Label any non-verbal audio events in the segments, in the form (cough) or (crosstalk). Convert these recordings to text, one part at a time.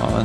Ja,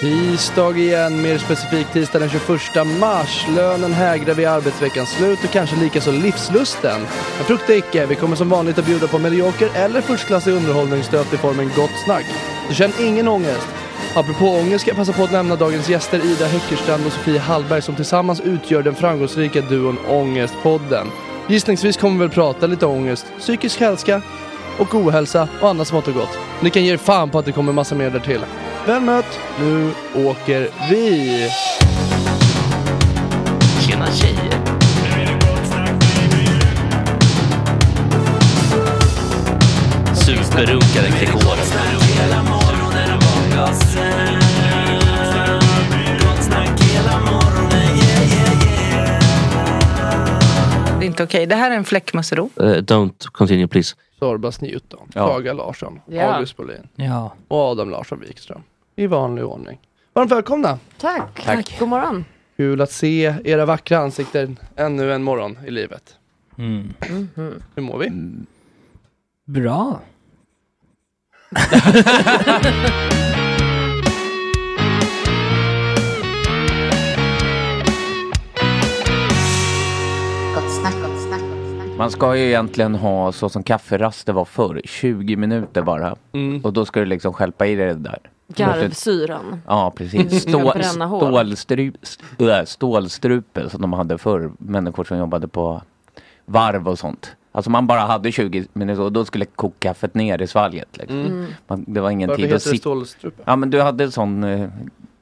Tisdag igen, mer specifikt tisdag den 21 mars. Lönen hägrar vid arbetsveckans slut och kanske likaså livslusten. Men frukta icke, vi kommer som vanligt att bjuda på medioker eller förstklassig underhållningsstöt i formen gott snack. Så känn ingen ångest. Apropå ångest ska jag passa på att nämna dagens gäster Ida Häckerstrand och Sofie Hallberg som tillsammans utgör den framgångsrika duon Ångestpodden. Gissningsvis kommer vi väl prata lite om ångest, psykisk hälsa och ohälsa och annat smått och gott. Ni kan ge er fan på att det kommer massa mer där till. Väl mött, nu åker vi! Tjena tjejer! förunkade Gregorio. Det är inte okej. Det här är en fläckmussero. Uh, don't continue please. Sorbas Newton, Ja. Saga Larsson, Ja. August Bolin Ja. och Adam Larsson Wikström. I vanlig ordning. Varmt välkomna! Tack. Tack. God morgon. Kul att se era vackra ansikten ännu en morgon i livet. Hur mår vi? Bra. Gott snack, gott snack. Man ska ju egentligen ha så som kafferaster var förr, 20 minuter bara. Och då ska du liksom skälpa i dig det där. Garvsyran. Ja, Mm, precis. Stå, och bränna hår. stålstru, st- äh, stålstrupe som de hade förr, människor som jobbade på varv och sånt. Alltså man bara hade 20 minuter och då skulle kokkaffet ner i svalget. Liksom. Mm. Man, det var ingen Varför tid heter att det sit- stålstrupe? Ja men du hade sån eh,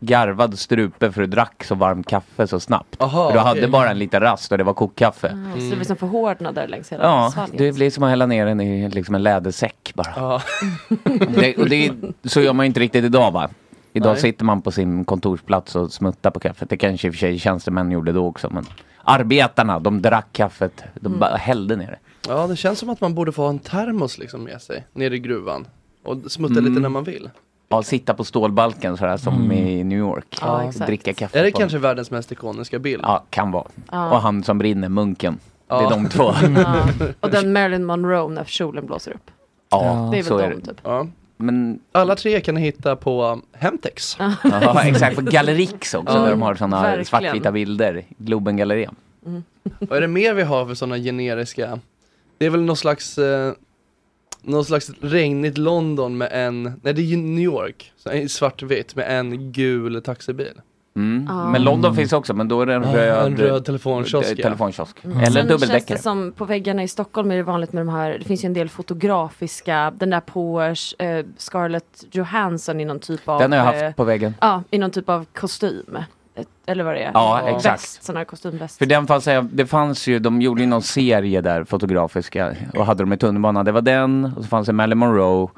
garvad strupe för du drack så varmt kaffe så snabbt. Aha, för du hade okej. bara en liten rast och det var kokkaffe. Så Mm. det blir som förhårdnader längs hela Ja, svalget. det blir som att hälla ner den i liksom en lädersäck bara. Det, och det, så gör man ju inte riktigt idag va? Idag Nej. sitter man på sin kontorsplats och smuttar på kaffet. Det kanske i och för sig tjänstemän gjorde då också. Men arbetarna, de drack kaffet. De bara hällde ner det. Ja, det känns som att man borde få ha en termos liksom med sig nere i gruvan. Och smutta Mm. lite när man vill. Ja, sitta på stålbalken sådär som i New York. Ja, exakt. Dricka kaffe. Är det på kanske världens mest ikoniska bild? Ja, kan vara. Ja. Och han som brinner, munken. Det Ja. är de två. Ja. Och den Marilyn Monroe när kjolen blåser upp. Ja, Det är väl så de, är det. typ. Ja. Men... Alla tre kan ni hitta på um, Hemtex. (laughs) Ja, exakt. På Gallerix också, Ja. där Mm. de har sådana Verkligen. svartvita bilder. Globengallerian. Vad är det mer vi har för sådana generiska? Det är väl någon slags, eh, någon slags regnigt London med en, nej det är ju New York, så en svartvitt med en gul taxibil. Mm. Ja. Men London finns också, men då är det en Ja, röd, Ah, en röd telefonkiosk, ja. telefonkiosk. Mm. Eller Sen en känns dubbeldäckare. det som på väggarna i Stockholm är det vanligt med de här, det finns ju en del fotografiska, den där Poers, eh, Scarlett Johansson i någon typ av Den har jag eh, haft på väggen. Ja, i någon typ av kostym. Ett- Eller vad det är. Ja, exakt. Väst, sån här kostymväst. För den fanns, det fanns ju, de gjorde ju någon serie där, fotografiska, och hade dem i tunnelbanan. Det var den, och så fanns det Marilyn Monroe,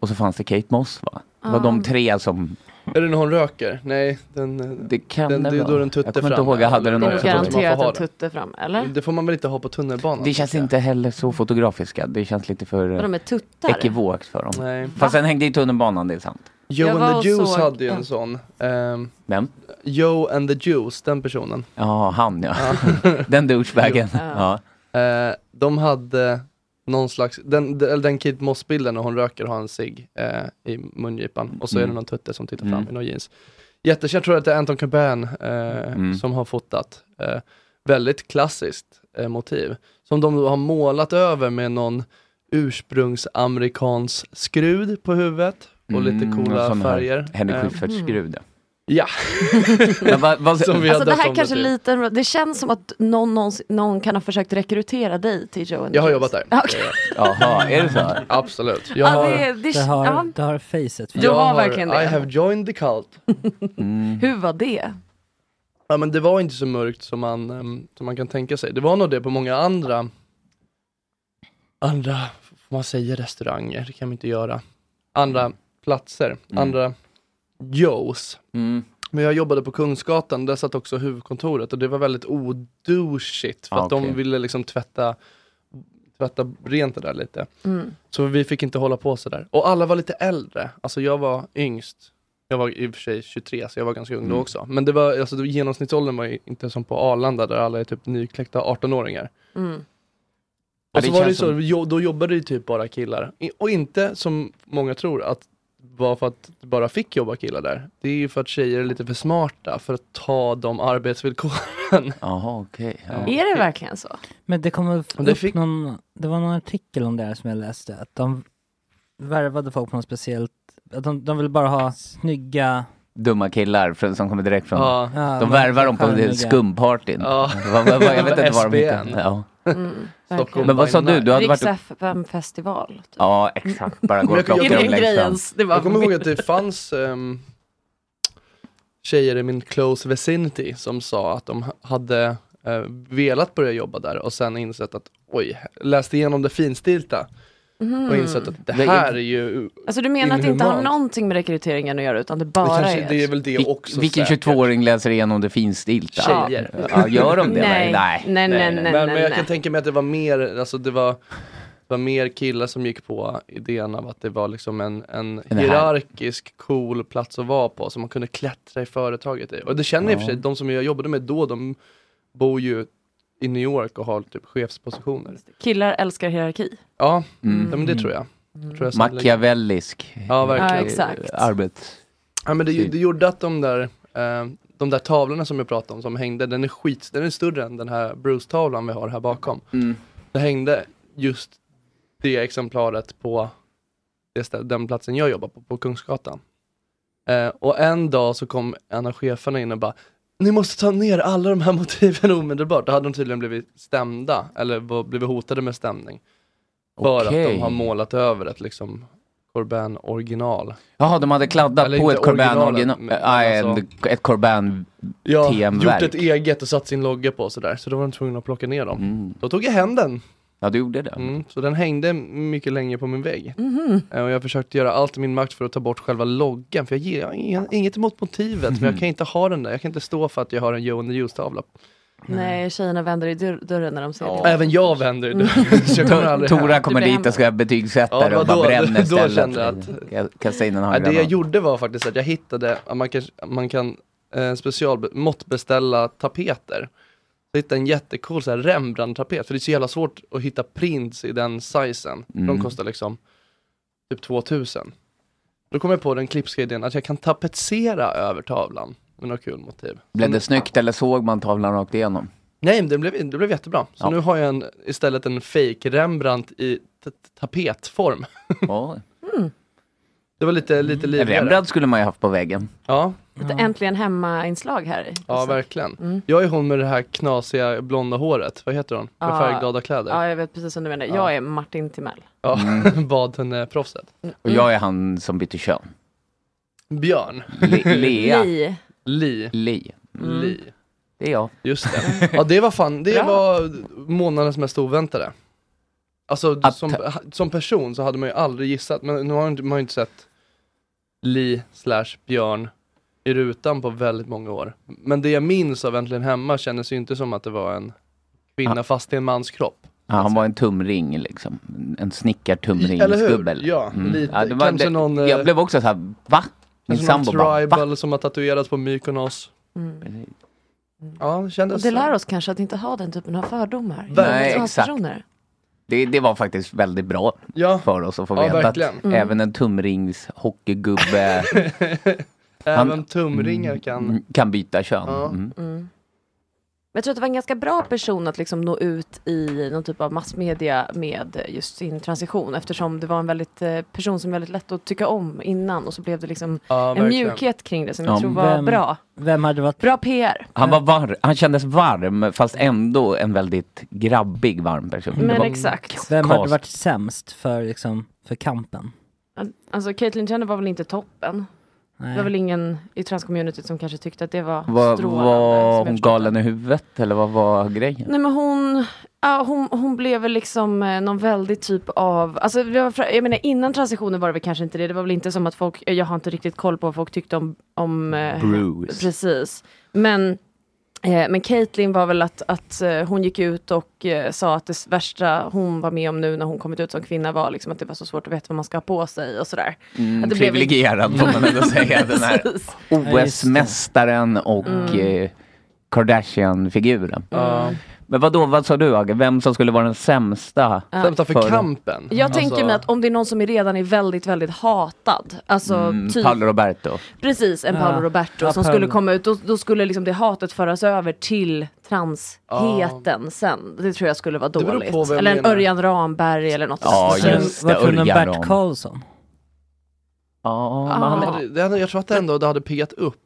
och så fanns det Kate Moss va? Det var Ah. de tre som... Är det när hon röker? Nej, den, eh, Det kan den, det är ju vara. då den tutte Jag kommer inte fram, ihåg, jag hade eller? den Det är också. nog garanterat Att en en tutte fram, eller? Det får man väl inte ha på tunnelbanan? Det känns inte heller så fotografiska, det känns lite för eh, Vadå, med tuttar? ekivokt för dem. Nej. Fast den hängde i tunnelbanan, det är sant. Joe Jag var and och the Juice såg- hade ju ja. en sån. Ehm, Vem? Joe and the Juice, den personen. Ja, han ja. (laughs) den douchebagen. (laughs) Ja. Eh, de hade någon slags, den, den, eller den Kate Moss-bilden när hon röker och har en cigg eh, i mungipan och så är det Mm. någon tutte som tittar fram Mm. i någon jeans. Jättekänd, jag tror att det är Anton Cobain eh, Mm. som har fotat. Eh, väldigt klassiskt eh, motiv som de då har målat över med någon ursprungsamerikansk skrud på huvudet och lite Mm, coola sån här färger. Henrik Eh, Schyfferts skruv. Ja. Men vad- vad- (laughs) Som typ- vi har Alltså det döpt här om kanske är till. lite, det känns som att någon, någon, någon kan ha försökt rekrytera dig till Joe and the Jag har Juice. jobbat där. Ja, (laughs) okej. Jaha, är det så? Absolut. Ja, det- det- Du har, ja. Mm. du har facet. Du har verkligen det. I have joined the cult. Hur var det? Ja men det var inte så mörkt som man, ehm, som man kan tänka sig. Det var nog det på många andra, andra, får man säga restauranger? Det kan man inte göra. Andra platser, Mm. andra Joes. Mm. Men jag jobbade på Kungsgatan, där satt också huvudkontoret och det var väldigt odouchigt för Ah, att okej. de ville liksom tvätta, tvätta rent det där lite. Mm. Så vi fick inte hålla på sådär. Och alla var lite äldre. Alltså jag var yngst. Jag var i och för sig 23 så jag var ganska ung då Mm. också. Men det var, alltså, genomsnittsåldern var ju inte som på Arlanda där alla är typ nykläckta 18-åringar. Mm. Och så det var det ju känns så, som- jo, då jobbade det ju typ bara killar. I, och inte som många tror att var för att det bara fick jobba killar där. Det är ju för att tjejer är lite för smarta för att ta de arbetsvillkoren. Jaha, okej. Är det (laughs) verkligen så? Men det kom upp det det, fick- någon, det var någon artikel om det här som jag läste, att de värvade folk på något speciellt, att de, de ville bara ha snygga Dumma killar från, som kommer direkt från... Ja. Ja, De men- värvar dem på skärmiga. det skumpartyn. Ja. Vad- vad- vad- Jag vet inte vad de SBN. heter. Ja. Mm, verkligen. Men vad sa du? Du hade Riks varit... FM-festival. Ja, exakt. Bara gå Men och liksom. jag- jag- plocka dem Är det längst fram. grejens? Det var- jag kommer ihåg att det fanns ehm, tjejer i min close vicinity som sa att de hade eh, velat börja jobba där och sen insett att oj, läste igenom det finstilta Mhm. Och insett att det här är ju Alltså du menar att det inte har inhumant. någonting med rekryteringen att göra utan det bara kanske- är... det är väl det Vil- också Vilken säkert. 22-åring läser igenom det finstilta? Tjejer. Ja, gör de det? Nej. Nej, nej, men, nej, men nej, jag nej. kan tänka mig att det var mer, alltså det var, det var mer killar som gick på idén av att det var liksom en, en här. hierarkisk cool plats att vara på som man kunde klättra i företaget i. Och det känner jag i och för sig, Ja. de som jag jobbade med då, de bor ju i New York och har typ chefspositioner. Killar älskar hierarki. Ja, Mm. ja men det tror jag. Tror jag sannolikt. Machiavellisk Ja, verkligen. Ja, exakt. arbets... Ja, men det, Syn. det gjorde att de där, eh, de där tavlorna som jag pratade om som hängde, den är skit, den är större än den här Bruce-tavlan vi har här bakom. Det hängde just det exemplaret på det stä- den platsen jag jobbar på, på Kungsgatan. Eh, och en dag så kom en av cheferna in och bara ni måste ta ner alla de här (laughs) motiven omedelbart. Då hade de tydligen blivit stämda, eller var- blivit hotade med stämning. För att de Okej. har målat över ett liksom Corbin original. Jaha, de hade kladdat Eller på inte ett Corban originalet, original, men nej, en- alltså- ett Corban Ja, gjort ett TM-verk. eget och satt sin logga på och sådär. Så då var de tvungna att plocka ner Mm. dem. Då tog jag hem den. Ja, du gjorde det. Mm, så den hängde mycket länge på min vägg. Eh, Och jag försökte göra allt i min makt för att ta bort själva loggan. För jag ger jag har inga- inget emot motivet, men jag kan inte ha den där. Jag kan inte stå för att jag har en Joe and the Juice-tavla. Nej, tjejerna vänder i dörr- dörren när de ser det. Även jag vänder nu. Så jag kommer aldrig hem. Tora kommer dit och ska Ja, betygsätta det det var och bara då- bränner då stället. kände jag Ka- Kasta in en Ja, det jag handgranat. gjorde var faktiskt att jag hittade, att man kan, man kan eh, special, måttbeställa tapeter. Jag hittade en jättecool så här Rembrandt-tapet, för det är så jävla svårt att hitta prints i den sizen. De Mm. kostar liksom typ 2000. Då kom jag på den klipska idén att jag kan tapetsera över tavlan med något kul motiv. Mm. Blev det snyggt eller såg man tavlan rakt igenom? Nej, men det blev, det blev jättebra. Så Ja. nu har jag en, istället en fake Rembrandt i t- tapetform. (laughs) Ja. Det var lite, lite En livligare. Mm. Rembrandt skulle man ju haft på väggen. Ja, Ett äntligen hemma-inslag här. Ja, Alltså. verkligen. Jag är hon med det här knasiga blonda håret. Vad heter hon? Med Ja. färgglada kläder. Ja, jag vet precis vad du menar. Jag är Martin Timell. Ja, (laughs) badhundeproffset. Och jag är han som bytte kön. Björn. (laughs) Le- Lea. Li. Li. Li. Mm. Li. Det är jag. Just det. (laughs) Ja, det var fan, det Bra. var månadens mest oväntade. Alltså Att- som, som person så hade man ju aldrig gissat, men nu har man inte- man har ju inte sett Li slash Björn i rutan på väldigt många år. Men det jag minns av Äntligen Hemma kändes ju inte som att det var en kvinna fast i en mans kropp. Ja, han var en tumring liksom. En Eller hur? snickartumringsgubbe. Ja, lite. Mm. det var- Kanske det- någon, eh, Jag blev också så här, va? Min Som någon sambo bara, va? Mm. tribal som har tatuerats på Mykonos. Ja, det Och kändes... det lär oss kanske att inte ha den typen av fördomar. Nej, Som exakt. personer. Det, det var faktiskt väldigt bra Ja. för oss att få Ja, veta verkligen. att Mm. även en tumringshockeygubbe (laughs) Även Han- Mm. tumringar kan... kan byta kön. Ja. Mm. Men jag tror att det var en ganska bra person att liksom nå ut i någon typ av massmedia med just sin transition eftersom det var en väldigt eh, person som var väldigt lätt att tycka om innan och så blev det liksom Ja, en verkligen. mjukhet kring det som Ja, jag tror var vem- bra. Vem hade varit... Bra PR. Han, var var, han kändes varm fast ändå en väldigt grabbig varm person. Det Men var exakt. Vem hade kast. varit sämst för, liksom, för kampen? Alltså Caitlyn Jenner var väl inte toppen. Nej. Det var väl ingen i transcommunityt som kanske tyckte att det var Var, strålande. var som jag hon galen i huvudet eller vad var grejen? Nej men hon, ja, hon, hon blev väl liksom eh, någon väldigt typ av, alltså det var, fra- jag menar innan transitionen var det väl kanske inte det, det var väl inte som att folk, jag har inte riktigt koll på vad folk tyckte om, om eh, Bruce. Precis. Men, eh, men Caitlyn var väl att, att eh, hon gick ut och eh, sa att det värsta hon var med om nu när hon kommit ut som kvinna var liksom att det var så svårt att veta vad man ska ha på sig och sådär. Mm, att det blev- privilegierad får man ändå säga. Den här Precis. OS-mästaren och Mm. eh, Kardashian-figuren. Ja. Men vad då, vad sa du Agge? Vem som skulle vara den sämsta? Ja. Sämsta för kampen? Jag tänker mig att om det är någon som är redan är väldigt, väldigt hatad, alltså Mm, typ Paolo Roberto. Precis, en Ja. Paolo Roberto Ja, som Paolo. skulle komma ut. Då, då skulle liksom det hatet föras över till transheten sen. Det tror jag skulle vara Det beror på dåligt. vem Eller en menar. Örjan Ramberg eller något. sånt. Sen- Vad tror ni om Örjan Bert Ram. Karlsson? Ah. Ja, Men han hade, det hade, jag tror att det ändå det hade piggat upp.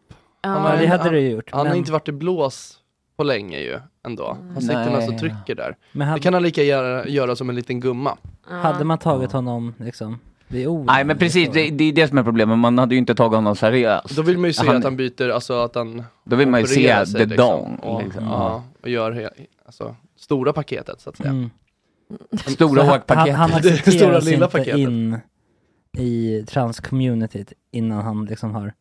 Han Ja, det hade det ju gjort, Han har men- inte varit i blås på länge ju, ändå. Mm. Han sitter Nej. mest och trycker där. Men han- Det kan han lika gärna göra som en liten gumma. Hade man tagit honom liksom vid ord? Nej men precis, det, det är det som är problemet. Man hade ju inte tagit honom seriöst. Då vill man ju se Han- att han byter, alltså att han Då vill man ju se opererar sig, liksom. the dong, Och, liksom. Mm. ja, och gör he, alltså, stora paketet så att säga. Stora Så han- åkpaketet. Han, (laughs) han Det accepterades stora inte lilla paketet. in i transcommunityt innan han liksom har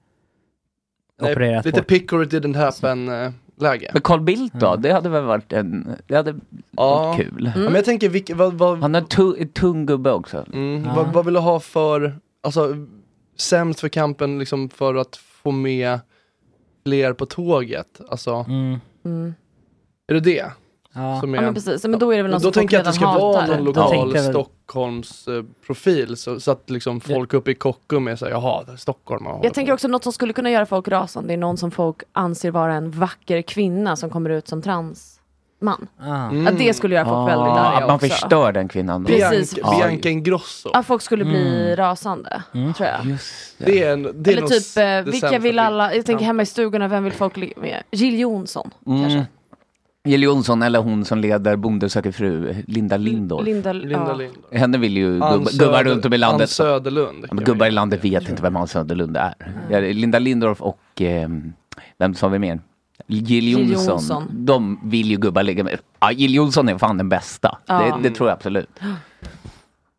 opererat lite bort. pick or it didn't eh, happen-läge. Men Carl Bildt då? Det hade väl varit en... Det hade Ja. varit kul. Ja, Men jag tänker, vilk, vad, vad, Han har tu, en tung gubbe också. mm, vad, vad vill du ha för, alltså, sämst för kampen liksom för att få med fler på tåget? Alltså, Mm. är det det? Ja. Ja, men precis. Men då är det väl någon då som tänker jag att det folk ska redan vara hatar. någon Då lokal tänker jag väl- Stockholmsprofil så, så att liksom folk uppe i Kockum är såhär, jaha, där är Stockholm. och- Jag tänker också något som skulle kunna göra folk rasande är någon som folk anser vara en vacker kvinna som kommer ut som transman. Att det skulle göra folk väldigt arga Ah, Att man också. förstör den kvinnan. då. Bianca- Precis. Ja. Bianca Ingrosso. Att folk skulle bli Mm. rasande, tror jag. Det är en, det är Eller nog typ, s- det eh, vilka sämsta vill vi- alla, jag tänker Ja. hemma i stugorna, vem vill folk ligga med? Jill Johnson. Mm. Jill Johnson eller hon som leder Bonde söker fru, Linda Lindor. Linda, ja. Henne vill ju Ann gubbar, gubbar Söder- runt om i Ann landet. Söderlund. Ja, men gubbar i landet vet inte vem Hans Söderlund är. Mm. Ja, det är Linda Lindorff och eh, vem sa vi mer? Jill Jill Johnson. Johnson. De vill ju gubbar ligga med. Ja, Jill Johnson är fan den bästa. Ja. Det, det tror jag absolut.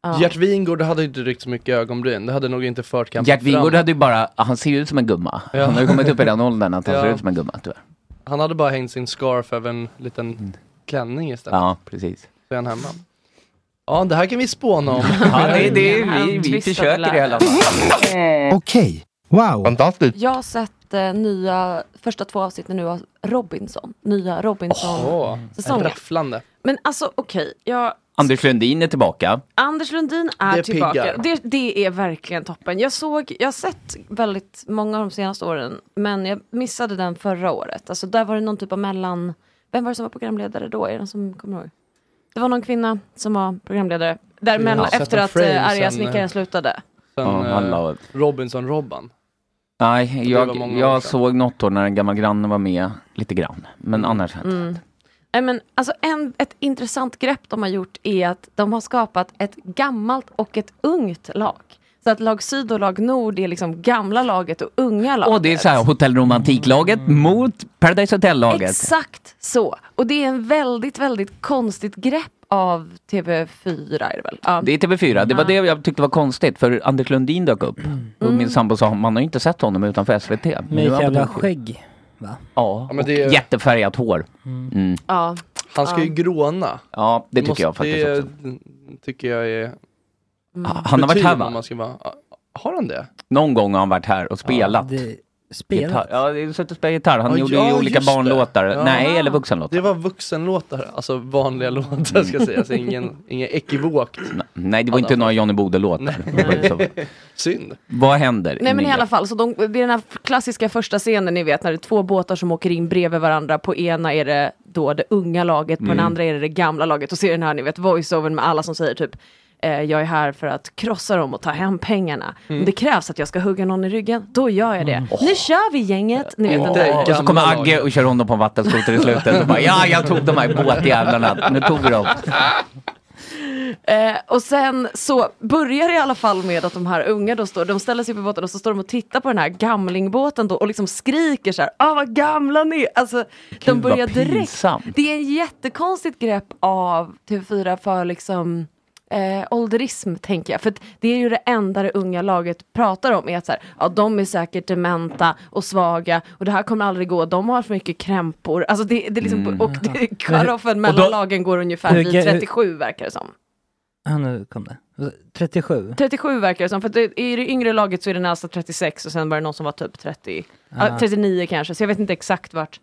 Ja. Gert Wingård hade ju inte riktigt så mycket ögonbryn. Det hade nog inte fört kampen Gert Wingård framåt. hade ju bara, han ser ju ut som en gumma. Ja. Han har ju kommit upp i (laughs) den åldern att han Ja. ser ut som en gumma tyvärr. Han hade bara hängt sin scarf över en liten klänning istället. Ja, precis. Så är han hemma. Ja, det här kan vi spåna om. Ja, det, det, vi, vi försöker i alla fall. Okej. Wow. Fantastiskt. Jag har sett eh, nya, första två avsnitten nu av Robinson. Nya Åh, Robinson-säsongen. rafflande. Men alltså okej, jag Anders Lundin är tillbaka. Anders Lundin är Det tillbaka. piggar. Det, det är verkligen toppen. Jag såg, jag har sett väldigt många av de senaste åren, men jag missade den förra året. Alltså där var det någon typ av mellan, vem var det som var programledare då? Är det någon som kommer ihåg? Det var någon kvinna som var programledare, där Ja. mellan, Sätta efter att frame eh, arga sen, eh. snickaren slutade. (laughs) Sen, Ja, han la- eh, Robinson-Robban. Nej, var många jag, år jag sedan. såg något år när en gammal granne var med, lite grann. Men annars Mm. Nej, men, alltså, en, ett intressant grepp de har gjort är att de har skapat ett gammalt och ett ungt lag. Så att lag syd och lag nord är liksom gamla laget och unga laget. Och det är så här, Hotell Romantiklaget mot Paradise Hotel-laget. Exakt så. Och det är en väldigt, väldigt konstigt grepp av TV4 är det väl? Ja. Det är TV4, det var det jag tyckte var konstigt för Anders Lundin dök upp. Och min sambo sa, man har ju inte sett honom utanför SVT. Men Med nu har ett han jävla på TV4. skägg. Va? Ja, men och det är- jättefärgat hår. Mm. Mm. Ja. Han ska ju gråna. Ja, det tycker måste- jag faktiskt det också. tycker jag är... Han har varit här kutym va? om Man ska vara... Har han det? Någon gång har han varit här och spelat. spelat? Gitarr. Ja, det är suttit och spelat gitarr. Han Ja, gjorde ja, ju olika just det. barnlåtar. Ja. Nej, eller vuxenlåtar. Det var vuxenlåtar, alltså vanliga Mm. låtar ska sägas, ingen, ingen ekivokt. Nej, det var inte några Johnny Bode-låtar. Det var ju så. Synd. Vad händer? Nej men i nya? alla fall, så de, det är den här klassiska första scenen ni vet när det är två båtar som åker in bredvid varandra. På ena är det då det unga laget, på den Mm. andra är det det gamla laget. Och så är den här ni vet voiceovern med alla som säger typ eh, jag är här för att krossa dem och ta hem pengarna. Mm. Om det krävs att jag ska hugga någon i ryggen, då gör jag det. Nu kör vi gänget! Ni vet den där. och så kommer Agge och kör honom på en vattenskoter i slutet och bara ja, jag tog de här båtjävlarna, nu tog vi dem. Eh, och sen så börjar det i alla fall med att de här unga då står, de ställer sig på båten och så står de och tittar på den här gamlingbåten då och liksom skriker så här, ah vad gamla ni är." Alltså de vad börjar direkt. pinsamt. Det är en jättekonstigt grepp av TV4 för liksom Eh, ålderism tänker jag, för att det är ju det enda det unga laget pratar om är att så här, ja, de är säkert dementa och svaga och det här kommer aldrig gå, de har för mycket krämpor, alltså det, det är liksom, och det, karoffen mellan Och då- lagen går ungefär vid Hugga- 37 verkar det som. Ja, nu kom det. 37. 37 verkar det som, för att det, i det yngre laget så är det nästa 36 och sen var det någon som var typ 30, Ah. ja, 39 kanske, så jag vet inte exakt vart,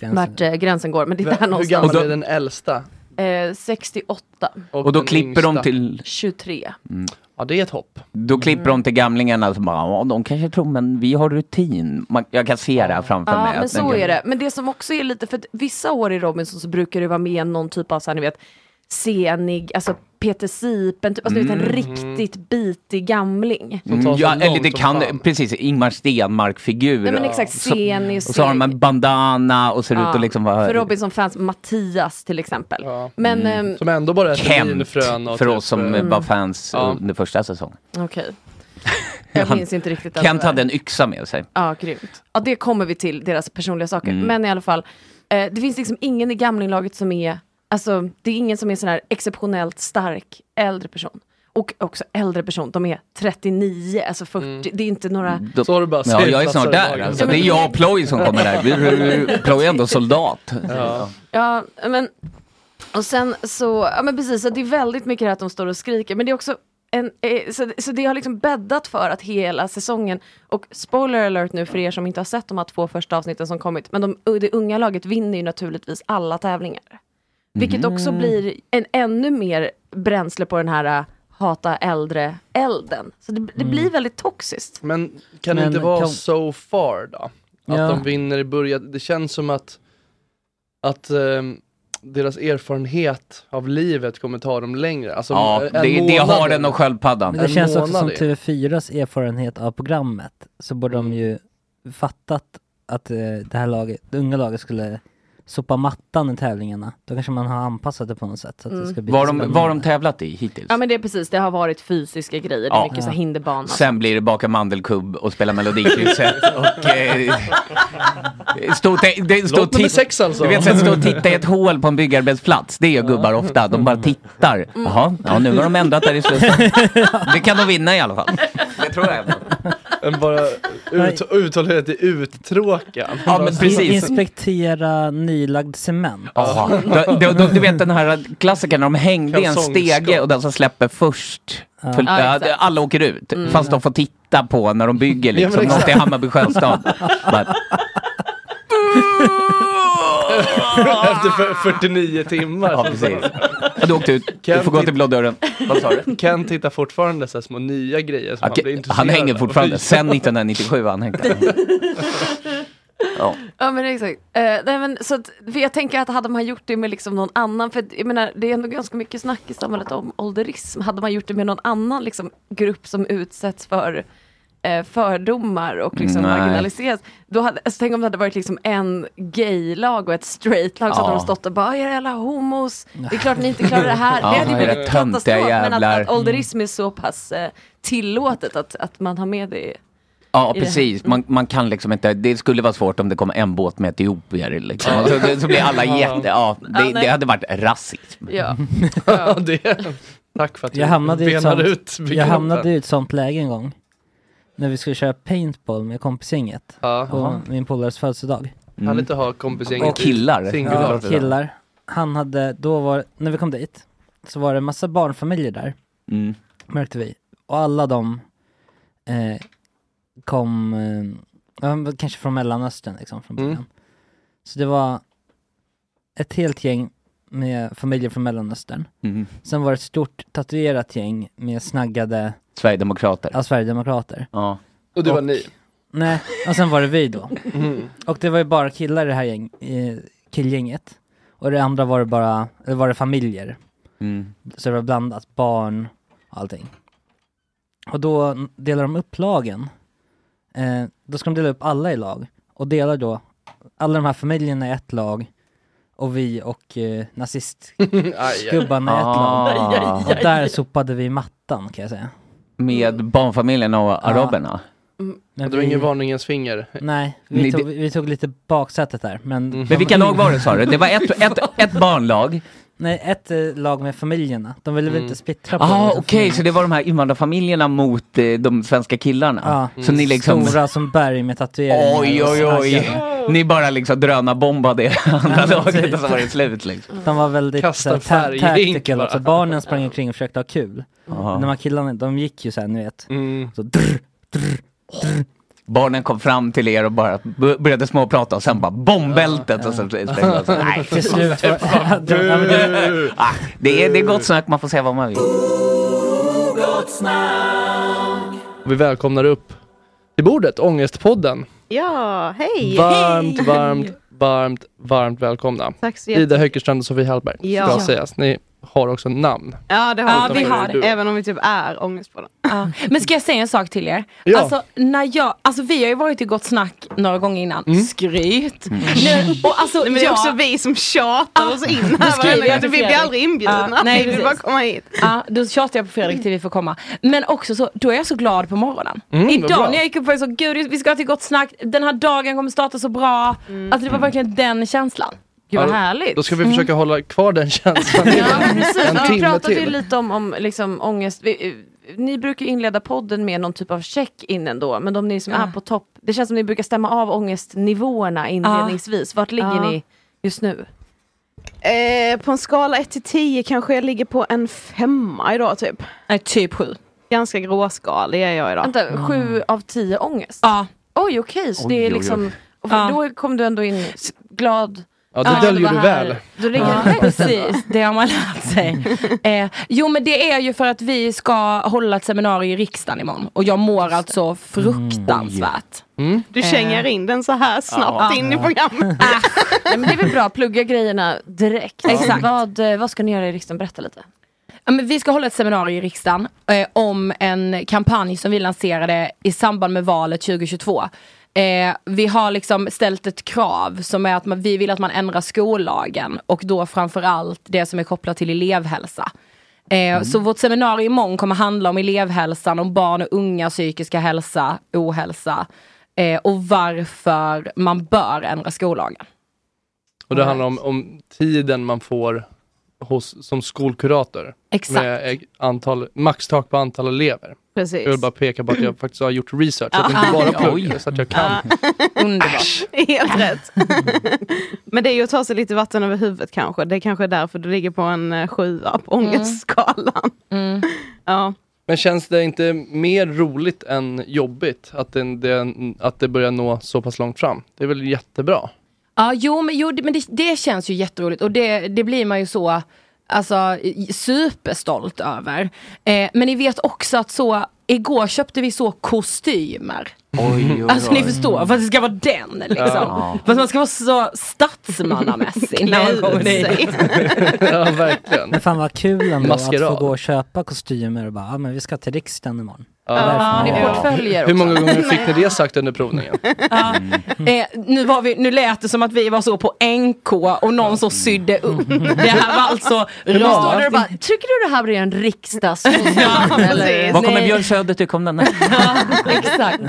Gränsen. vart eh, gränsen går, men det är där Hur någonstans. gammal är den äldsta? Eh, 68, Och då klipper de till... 23. Ja, det är ett hopp. Då klipper de till gamlingarna som bara, ja, de kanske tror, men vi har rutin. Man, jag kan se det här framför Ja, mig. men att så den- är det. Men det som också är lite, för att vissa år i Robinson så brukar det vara med någon typ av så här, ni vet, senig, alltså Peter Sipen, typ, alltså, du Mm. vet, en riktigt bitig gamling. Mm, ja, eller det kan, precis, Ingmar Stenmark-figur. Nej men exakt, Så- senig, Och så har de en bandana och ser ut Ja, att liksom vara... För Robinson-fans, Mattias till exempel. Men, Mm. ehm, Som ändå bara äter Kent, linfrön och för typ, oss som eh, var fans Ja. under första säsongen. Okej. (laughs) Jag Han- minns inte riktigt. allt Kent det där. hade en yxa med sig. Ja, grymt. Ja, det kommer vi till, deras personliga saker. Mm. Men i alla fall, eh, det finns liksom ingen i gamlinglaget som är Alltså, det är ingen som är sån här exceptionellt stark äldre person. Och också äldre person, de är 39, alltså 40, Mm. det är inte några... Då- Så har du bara ja, jag är serieklassare snart i där. magen. Alltså, det är jag och Ploy som kommer där. Ploy är ändå soldat. Ja. Ja, men... Och sen så, ja men precis, så det är väldigt mycket det här att de står och skriker, men det är också en, eh, så, så det har liksom bäddat för att hela säsongen, och spoiler alert nu för er som inte har sett de här två första avsnitten som kommit, men de, det unga laget vinner ju naturligtvis alla tävlingar. Vilket också Mm. blir en ännu mer bränsle på den här eh, hata äldre-elden. Så det, det Mm. blir väldigt toxiskt. Men Kan det inte vara so far då? Att Ja. de vinner i början. Det känns som att, att ehm, deras erfarenhet av livet kommer ta dem längre. Alltså, Ja, en det- det månad har in. den och sköldpaddan. En Det känns också månad som in. TV4s erfarenhet av programmet, så borde de Mm. ju fattat att eh, det här laget, det unga laget skulle sopa mattan i tävlingarna. Då kanske man har anpassat det på något sätt. Så att det Mm. ska bli Vad har de, spännande. vad har de tävlat i hittills? Ja men det är precis, det har varit fysiska grejer, det är Ja. mycket så här hinderbana. Sen blir det baka mandelkubb och spela melodikrysset och eh, stå och te- det- stå och Låt nummer titta- sex alltså. Du vet, så att stå och titta i ett hål på en byggarbetsplats, det gör gubbar ofta. De bara tittar. Jaha, ja, nu har de ändrat där i slutet. Det kan de vinna i alla fall. Det tror jag. En bara (laughs) ut, uthållighet i uttråkan. Ja, Alltså, men precis. Inspektera nylagd cement. Ja, de, de, de, du vet den här klassikern, de hängde i en stege och den som släpper först, Ja. för, Ja, exakt. äh, alla åker ut. Mm. Fast de får titta på när de bygger Ja, men liksom, något i exakt. Hammarby sjöstad. Bara, (laughs) Efter för- 49 timmar. Ja, precis. Ja, du åkte ut, du får gå till blå dörren. Vad sa du? Ken tittar fortfarande så här små nya grejer som han blir Okej, intresserad Han hänger av. fortfarande, sen 1997 har han hängt. Ja. Ja men exakt. Eh, nej, men, så att, för jag tänker att hade man gjort det med liksom någon annan, för jag menar, det är ändå ganska mycket snack i samhället om ålderism. Hade man gjort det med någon annan liksom, grupp som utsätts för eh, fördomar och liksom Nej. marginaliseras. Då hade, alltså, tänk om det hade varit liksom en gaylag och ett straightlag så Ja. hade de stått och bara "Era jävla homos, det är klart ni inte klarar det här. Ja, det hade ju era blivit töntiga katastrof. Men att, jävlar. Mm. att ålderism är så pass eh, tillåtet att, att man har med det. Ja, i det här. precis. Man, man kan liksom inte, det skulle vara svårt om det kom en båt med etiopier liksom. Och Så, så blir alla jätte, ja, det, det hade varit rasism. Ja. (laughs) Ja, det, tack för att du jag hamnade, i ett benar ut sånt, jag begreppen. hamnade i ett sånt läge en gång. När vi skulle köra paintball med kompisgänget Aha. på min polares födelsedag. Mm. Härligt att ha kompisgänget Och- i Killar. singular. Ja, killar. Han hade, då var, när vi kom dit, så var det en massa barnfamiljer där. Mm. Märkte vi. Och alla de eh, kom, eh, ja, men kanske från mellanöstern liksom från början. Mm. Så det var ett helt gäng med familjer från mellanöstern. Mm. Sen var det ett stort tatuerat gäng med snaggade Sverigedemokrater. Ja, Sverigedemokrater. Ja. Och det var ni? Nej, och sen var det vi då. Mm. Och det var ju bara killar i det här gäng, eh, killgänget. Och det andra var det bara, eller var det familjer. Mm. Så det var blandat, barn, allting. Och då delar de upp lagen. Eh, då ska de dela upp alla i lag. Och delar då, alla de här familjerna i ett lag. Och vi och eh, Mm, aj. nazistgubbarna i ett Ah. Aj, aj, lag. aj. Och där sopade vi mattan kan jag säga. Med barnfamiljerna och araberna. Men det var vi- ingen varningens finger? Nej, Ni- Mhm. Mm. vi tog, vi tog lite baksätet där. Men, Men vilka lag var det sa du? Det var ett, ett, ett barnlag. Nej, ett eh, lag med familjerna. De ville väl inte splittra på Ah, liksom, okej, så det var de här invandrarfamiljerna mot eh, de svenska killarna? Ja, Mm. Så ni liksom... stora som berg med tatueringar. Oj, oj, och oj. snaggade. Ni bara liksom drönarbombade er andra men laget typ. och så var det slut liksom. De var väldigt Kasta Kasta färg, tactical bara. också. Barnen sprang omkring och försökte ha kul. Aha. Mm. Men De här killarna, de gick ju såhär, ni vet. Så Barnen kom fram till er och bara b- började småprata och sen bara bombbältet och så sprängde de. Så, (laughs) Nej, (laughs) Till slut var- (laughs) fan. Ja, men det- Ah, det, är, det är gott snack, man får säga vad man vill. Vi välkomnar upp till bordet Ångestpodden. (laughs) Ja, hej! Varmt, Hej! varmt, varmt, varmt välkomna. Tack så Ida jättemycket. Höckerstrand och Sofie Hallberg. Ja. Ska sägas. Ni har också namn. Ja, det Ja, har vi har det. Även om vi typ är ångestpodden. Ja. Men ska jag säga en sak till er? Ja. Alltså, när jag, alltså vi har ju varit i Gott Snack några gånger innan. Mm. Skryt! Nu, och alltså, Nej, men det är också vi som tjatar oss in här varenda gång. Vi blir aldrig inbjudna. Vi vill bara komma hit. Ja, då tjatar jag på Fredrik till vi får komma. Men också så, då är jag så glad på morgonen. Mm, vad Idag bra. när jag gick upp var jag så, Mm. gud vi ska till Gott Snack, den här dagen kommer starta så bra. Alltså det var verkligen den känslan. Gud vad Ja, härligt. Då ska vi försöka hålla kvar den (laughs) känslan. Ja, precis. (laughs) En Men Vi timme pratade ju till. lite om, om liksom, ångest. Vi, eh, ni brukar ju inleda podden med någon typ av check in ändå, men de ni som är på topp, det känns som ni brukar stämma av ångestnivåerna inledningsvis. Vart ligger Ja. ni just nu? Eh, på en skala 1 till 10 kanske jag ligger på en femma idag typ. Nej, typ 7. Ganska gråskalig är jag idag. Vänta, sju av tio ångest? Ja. Oj, okej, Oj, så det är oj, oj. liksom... Och för Ja. Då kom du ändå in glad. Ja, det döljer var du här. väl. Du ligger Ja, högt ändå. precis, (laughs) det har man lärt sig. Eh, jo men det är ju för att vi ska hålla ett seminarium i riksdagen imorgon och jag mår alltså fruktansvärt. Du känger in den så här snabbt Eh. Ja. in i programmet. Nej, men det är väl bra, plugga grejerna direkt. Ja. Exakt. Vad, eh, vad ska ni göra i riksdagen? Berätta lite. Ja, men vi ska hålla ett seminarium i riksdagen eh, om en kampanj som vi lanserade i samband med valet 2022. Eh, vi har liksom ställt ett krav som är att man, vi vill att man ändrar skollagen och då framförallt det som är kopplat till elevhälsa. Eh, Så vårt seminarium imorgon kommer handla om elevhälsan, om barn och unga psykiska hälsa, ohälsa eh, och varför man bör ändra skollagen. Och det handlar om, om tiden man får hos, som skolkurator. Exakt. Med eh, antal, maxtak på antal elever. Precis. Jag vill bara peka på att (clears throat) jag faktiskt har gjort research, så att jag Ja. inte bara Ja. pluggar, så att jag kan. Underbart. Helt rätt. (laughs) Men det är ju att ta sig lite vatten över huvudet kanske. Det är kanske är därför du ligger på en eh, sjua på Mm. ångestskalan. Ja. Men känns det inte mer roligt än jobbigt att det, det, att det börjar nå så pass långt fram? Det är väl (laughs) jättebra? Ja, jo, men, jo, det- men det, det känns ju jätteroligt och det, det blir man ju så alltså, i- superstolt över. Eh, men ni vet också att så, igår köpte vi så kostymer. Oj, Alltså ni förstår, för att det ska vara den liksom. Ja. För att man ska vara så statsmannamässig när man kommer dit. ja, verkligen. Men fan vad kul ändå Maskerad. att få gå och köpa kostymer och bara, ja ah, men vi ska till riksdagen imorgon. Hur många gånger fick ni det sagt under (laughs) provningen? Eh, nu, var vi, nu lät det som att vi var så på NK och någon så sydde upp. Det här var alltså Du står där och rakt bara, tycker du det här blir en (laughs) riksdags... precis. Var kommer Nej. (laughs) Björn Söder till? Kom den här? Exakt.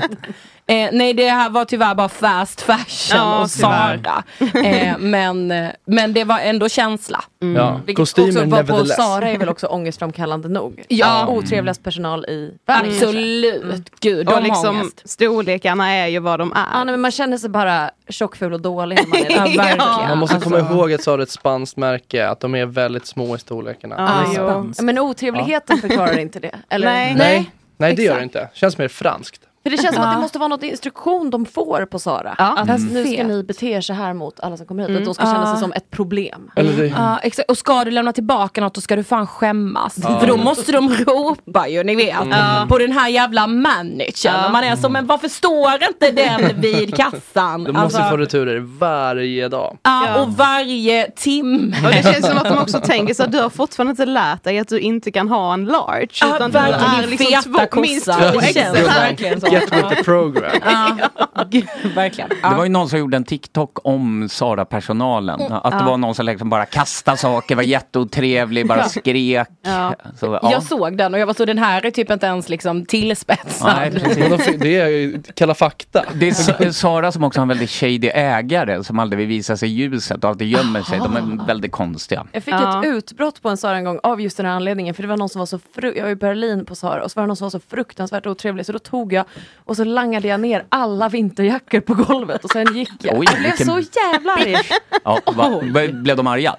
Eh, nej det här var tyvärr bara fast fashion Ja, och Sara. Eh, men, eh, men det var ändå känsla. Ja, Mm. Vilket också kostymer bara på nevertheless. Sara är väl också ångestframkallande nog. Ja. Otrevligast personal i världen. Absolut. Gud, de och har liksom ångest. storlekarna är ju vad de är. Ja, nej, men man känner sig bara tjockful och dålig när (laughs) man är där. Ja, verkligen. Man måste Alltså. komma ihåg att så har det ett spanskt märke, att de är väldigt små i storlekarna. Ja, Vissa. jo. Men otrevligheten förklarar (laughs) inte det. Eller? Nej. Nej, det gör det inte. Känns mer franskt. För det känns som att det måste vara något instruktion de får på Sara. Att Mm. nu ska ni bete er så här mot alla som kommer hit. Att de ska känna sig Mm. Ja. som ett problem. Eller det, Ja, exakt. Och ska du lämna tillbaka något då ska du fan skämmas. För då måste de ropa ju, ni vet. Mm. På den här jävla managern. Och Man är så, men varför står inte den vid kassan? de måste Alltså, få returer varje dag. ja, och varje timme. Och det känns som att de också tänker så att du har fortfarande inte lärt dig att du inte kan ha en large. Ja, utan du verkligen. är liksom Feta två, minst kossar. två Det känns extra. verkligen så. Get with the program. Verkligen. Det var ju någon som gjorde en TikTok om Sara-personalen. Att det Mm. Ja. var någon som liksom bara kastade saker, var jätteotrevlig, bara Ja. skrek. Ja. Så, ja. Jag såg den och jag var så, den här är typ inte ens liksom tillspetsad. Nej, precis. Men de fi- det är ju Kalla fakta. Det är Sa- eh, Sara som också har en väldigt shady ägare som aldrig vill visa sig i ljuset och alltid gömmer sig. De är väldigt konstiga. Jag fick ett utbrott på en Sara en gång av just den här anledningen. För det var någon som var så fru- jag var i Berlin på Sara och så var det någon som var så fruktansvärt otrevlig. Så då tog jag och så langade jag ner alla vinterjackor på golvet och sen gick jag. Oj, jag blev vilken- så jävla arg. Ja, va, va, blev de arga?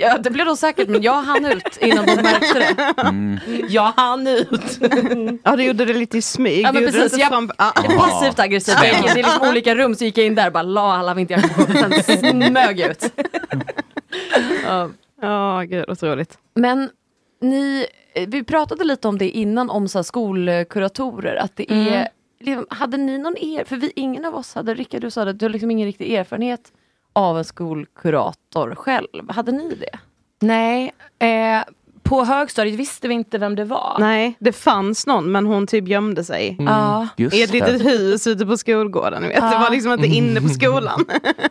Ja, det blev de säkert men jag hann ut innan de märkte det. Jag hann ut. Ja, du gjorde det lite i smyg. Ja, men Du gjorde precis. det inte Jag- fram- ja. Passivt aggressivt. Jag gick in- Det är liksom olika rum så gick jag in där och bara la alla vinterjackor på golvet. Sen smög jag ut. Ja. Ja, gud otroligt. Men ni, eh, vi pratade lite om det innan om så här skolkuratorer, att det Mm. är, liksom, hade ni någon er, för vi, ingen av oss hade, Rickard du sa det, du har liksom ingen riktig erfarenhet av en skolkurator själv. Hade ni det? Nej, eh, på högstadiet visste vi inte vem det var. Nej, det fanns någon men hon typ gömde sig. Ja. Just I ett det. litet hus ute på skolgården. ni Vet. Ja. (laughs) Det var liksom inte inne på skolan.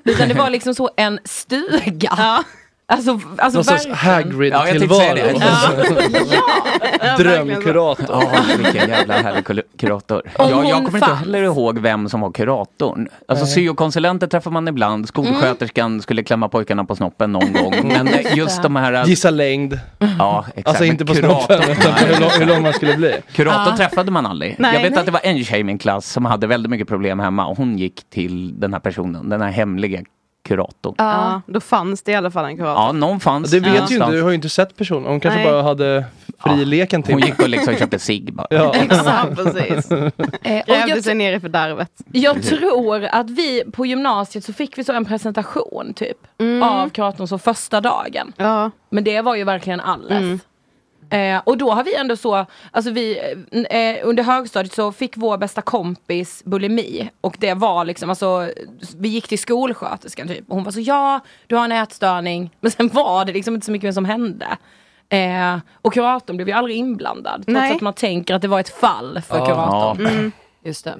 Utan det var liksom så en stuga. Alltså, alltså Någon sorts verkligen. Hagrid-tillvaro. (laughs) Drömkurator. Ja, vilken jävla härlig kul- kurator. Jag, Om jag hon kommer inte fanns. heller ihåg vem som var kuratorn. Eh. Alltså Nej. syokonsulenter träffar man ibland, skolsköterskan Mm. skulle klämma pojkarna på snoppen någon (laughs) gång. Men eh, just de här... Gissa längd. Ja, exakt. Alltså Men inte på kuratorn- snoppen, utan på hur lång- hur lång man skulle bli. Kuratorn Ja. träffade man aldrig. Nej, jag vet nej. att det var en tjej i min klass som hade väldigt mycket problem hemma och hon gick till den här personen, den här hemliga kuratorn. Ja, då fanns det i alla fall en kurator. Ja, någon fanns. Det vet ju någonstans. inte, du har ju inte sett personen. Hon kanske Nej. bara hade fri leken till Hon gick och liksom köpte cigg bara. (laughs) (laughs) Ja. (laughs) Exakt, precis. Eh, och Grävde jag, sig ner i fördärvet. jag tror att vi på gymnasiet så fick vi så en presentation typ Mm. av kuratorn så första dagen. Men det var ju verkligen alles. Mm. Eh, och då har vi ändå så, alltså vi, eh, under högstadiet så fick vår bästa kompis bulimi och det var liksom, alltså vi gick till skolsköterskan typ och hon var så ja, du har en ätstörning. (laughs) Men sen var det liksom inte så mycket mer som hände. Eh, och kuratorn blev ju aldrig inblandad trots Nej. att man tänker att det var ett fall för kuratorn. Mm. Just det.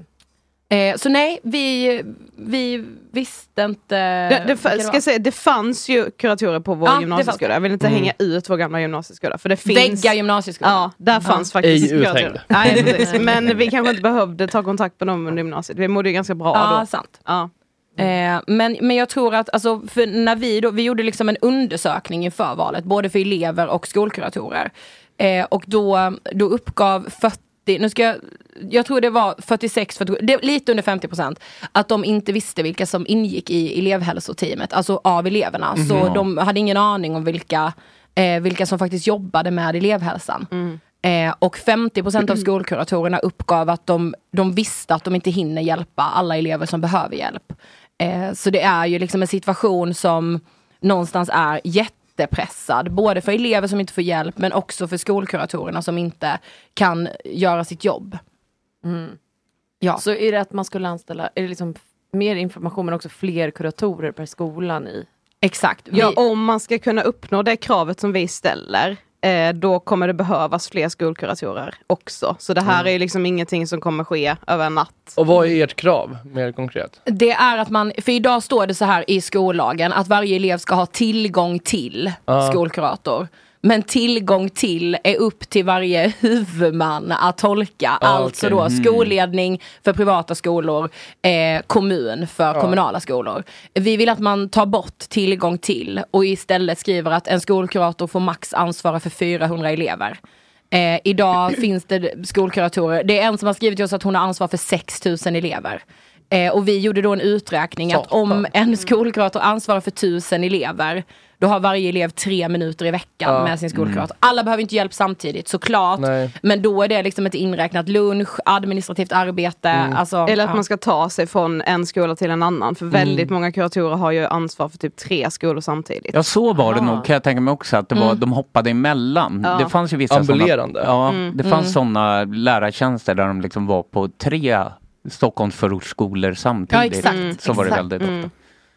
Eh, så nej, vi, vi visste inte... Det, det, vilka fa- ska jag säga, det fanns ju kuratorer på vår Ja, det fanns gymnasieskola. det. Jag vill inte Mm. hänga ut vår gamla gymnasieskola. För det finns... Vägga gymnasieskolan. Ja, där fanns Ja. faktiskt Ej uthängd. kuratorer. Nej, precis. Men vi kanske inte behövde ta kontakt med dem under gymnasiet. Vi mådde ju ganska bra Ja, då. sant. Ja. Eh, men, men jag tror att, alltså, för när vi, då, vi gjorde liksom en undersökning inför valet, både för elever och skolkuratorer. Eh, och då, då uppgav 40, nu ska jag, jag tror det var 46, 47, det, är lite under 50 procent, att de inte visste vilka som ingick i elevhälsoteamet, alltså av eleverna. Så Mhm. de hade ingen aning om vilka, eh, vilka som faktiskt jobbade med elevhälsan. Eh, och 50% av skolkuratorerna uppgav att de, de visste att de inte hinner hjälpa alla elever som behöver hjälp. Eh, så det är ju liksom en situation som någonstans är jättepressad. Både för elever som inte får hjälp men också för skolkuratorerna som inte kan göra sitt jobb. Ja. Så är det att man skulle anställa, är det liksom mer information men också fler kuratorer per skolan i? Exakt. Ja, om man ska kunna uppnå det kravet som vi ställer, eh, då kommer det behövas fler skolkuratorer också. Så det här Mm. är ju liksom ingenting som kommer ske över en natt. Och vad är ert krav, mer konkret? Det är att man, för idag står det så här i skollagen att varje elev ska ha tillgång till Ja. skolkurator. Men tillgång till är upp till varje huvudman att tolka. Ja, alltså okej. då Mm. skolledning för privata skolor, eh, kommun för Ja. kommunala skolor. Vi vill att man tar bort tillgång till och istället skriver att en skolkurator får max ansvara för 400 elever. Eh, (clears throat) idag finns det skolkuratorer. Det är en som har skrivit till oss att hon har ansvar för 6000 elever. Eh, och vi gjorde då en uträkning att om Mm. en skolkurator ansvarar för 1000 elever, då har varje elev tre minuter i veckan Ja. med sin skolkurator. Mm. Alla behöver inte hjälp samtidigt såklart. Nej. Men då är det liksom ett inräknat lunch, administrativt arbete. Alltså, Eller att ja. Mm. man ska ta sig från en skola till en annan. För väldigt många kuratorer har ju ansvar för typ tre skolor samtidigt. Ja så var det nog kan jag tänka mig också att det var, Mm. de hoppade emellan. Ja. Det fanns ju vissa Ambulerande. Såna, ja, Mm. det fanns Mm. sådana lärartjänster där de liksom var på tre Stockholmsförortsskolor samtidigt. Ja, exakt. Mm, Så var det exakt. väldigt Mm.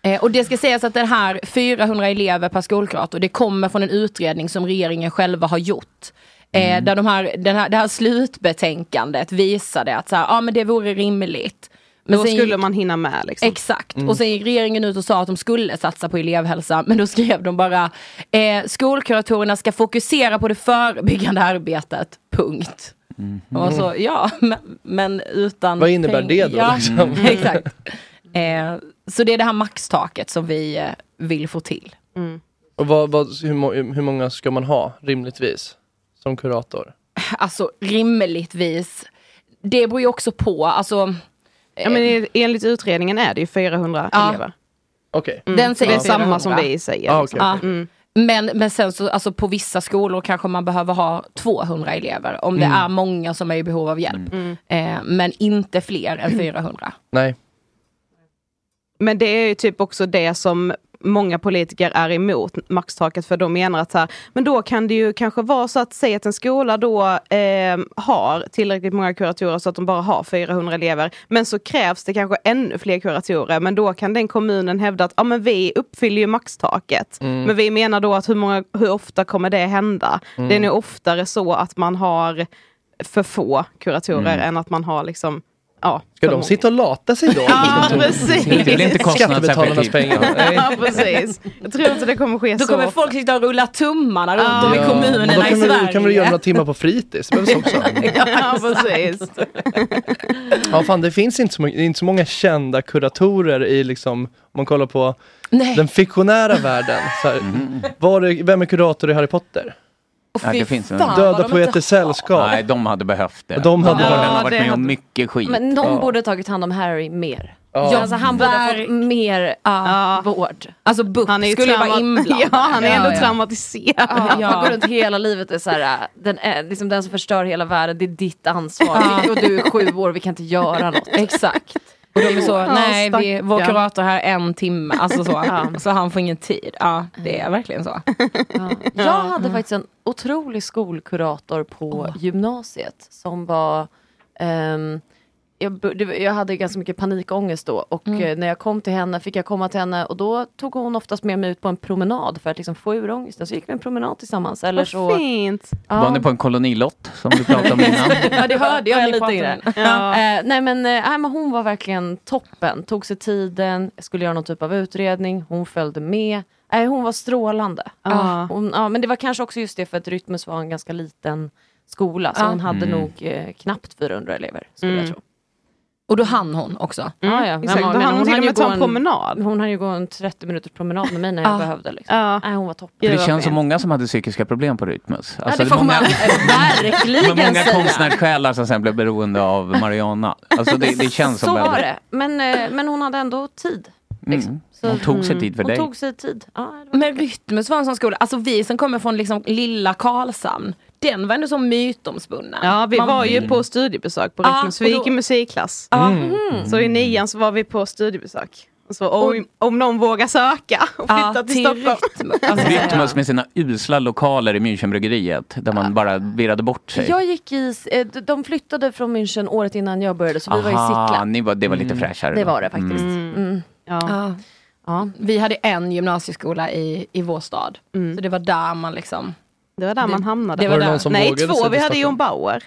Eh, och det ska sägas att den här 400 elever per skolkurator, det kommer från en utredning som regeringen själva har gjort. Eh, Där de här, den här, det här slutbetänkandet visade att så här, ah, men det vore rimligt. Men då sen skulle gick- man hinna med. Liksom. Exakt, Mm. och sen gick regeringen ut och sa att de skulle satsa på elevhälsa men då skrev de bara eh, skolkuratorerna ska fokusera på det förebyggande arbetet, punkt. Och så, ja, men, men utan Mhm. Vad innebär peng- det då, Ja, liksom? (laughs) exakt. Eh, så det är det här maxtaket som vi eh, vill få till. Och vad, vad, hur, må, hur många ska man ha, rimligtvis, som kurator? Alltså rimligtvis, det beror ju också på, alltså Ja, men i- enligt utredningen är det ju 400 Ja. elever. Okej. Mm. Den säger Ja. det är samma 400. som vi säger. Ja, liksom. okej, okej. Mm. Men, men sen så, alltså på vissa skolor kanske man behöver ha 200 elever om det Mm. är många som är i behov av hjälp. Mm. Eh, men inte fler Mm. än 400. Nej. Men det är ju typ också det som många politiker är emot maxtaket för de menar att så här, men då kan det ju kanske vara så att säg att en skola då eh, har tillräckligt många kuratorer så att de bara har 400 elever. Men så krävs det kanske ännu fler kuratorer men då kan den kommunen hävda att ja men vi uppfyller ju maxtaket. Mm. Men vi menar då att hur, många, hur ofta kommer det hända? Mm. Det är nu oftare så att man har för få kuratorer Mm. än att man har liksom ja, Ska de sitta och lata sig då? (laughs) Ja, precis. Det blir inte kostnadseffektivt. Skattebetalarnas pengar. Nej. (laughs) Ja, precis. Jag tror inte det kommer ske Då så kommer ofta. folk sitta och rulla tummarna runt om i Ja, men kommunerna då i kan Sverige. Man, kan man göra några timmar på fritids. Det behövs också. ja, precis. Ja, fan, det finns inte så, många, det är inte så många kända kuratorer i liksom, om man kollar på Nej. den fiktionära världen. Så här, var är, vem är kurator i Harry Potter? Ja, det finns en- Döda poeters sällskap. Nej, de hade behövt det. De hade ja, behövt den det. har varit Ja, det med om hade- mycket skit. Men någon Ja. borde ha tagit hand om Harry mer. Ja. Alltså han borde ha fått mer vård. Alltså BUP han skulle ju vara inblandad. (laughs) Ja, han är Ja, ändå ja. traumatiserad. Ja, ja. Man går runt hela livet och är så här, äh, den, är, liksom den som förstör hela världen, det är ditt ansvar. Ja. Och du är sju år, vi kan inte göra något. Exakt. Och de är så, Ja, nej vi, stackarn. vår kurator här en timme, alltså så. Ja. Så han får ingen tid. Ja, det är verkligen så. Jag hade faktiskt en otrolig skolkurator på gymnasiet som var ehm, jag, bo- det var- jag hade ganska mycket panikångest då och Mm. eh, när jag kom till henne fick jag komma till henne och då tog hon oftast med mig ut på en promenad för att liksom få ur ångesten. Så gick vi en promenad tillsammans. Eller Vad så, fint! Var ni på en kolonilott som du pratade om innan? (laughs) ja, det hörde jag lite pratade yngre. om det. Ja. Eh, nej, men, eh, nej, men hon var verkligen toppen. Tog sig tiden, skulle göra någon typ av utredning, hon följde med. Nej, hon var strålande. Ja. Hon, ja, men det var kanske också just det för att Rytmus var en ganska liten skola. Så Ja. hon hade Mm. nog eh, knappt 400 elever, skulle jag tro. Och då hann hon också. Mm, ja, ja. exakt. Men- Då men hann hon till hann och ju med ta gå en promenad. Hon hann ju gå en 30 minuters promenad med mig när jag Ja. behövde. Liksom. Nej, hon var toppen. det känns som många som hade psykiska problem på Rytmus. Alltså, Ja, det är får många- man (laughs) verkligen Men många säga. konstnärssjälar som sen blev beroende av Mariana. Alltså det, det känns Så som var väldigt- det. Men, eh, men hon hade ändå tid. liksom. Mm. Hon tog sig tid för hon dig. tog sig tid. Ja, Men Rytmus var en sån skola, alltså vi som kommer från liksom lilla Karlshamn, den var ändå så mytomspunnen. Ja, vi Man- var ju på studiebesök på Mm. Ja, Rytmus, och vi då- gick i Mm. musikklass. Ja. Mhm. Så i nian så var vi på studiebesök. Och så, om, om någon vågar söka och flytta till, Stockholm. (laughs) Alltså, Rytmus med sina usla lokaler i Münchenbryggeriet där man bara virrade bort sig. Jag gick i, eh, d- de flyttade från München året innan jag började så vi var i Aha, Sickla. Mm. ni var, det var lite fräschare. Det då. var det faktiskt. Mm. Mm. Ja. Vi hade en gymnasieskola i, i vår stad. Så det var där man liksom... Det var där man hamnade. Mm. Det var, Var det där. någon som Nej, vågade två. sig till Vi hade Stockholm? John Bauer.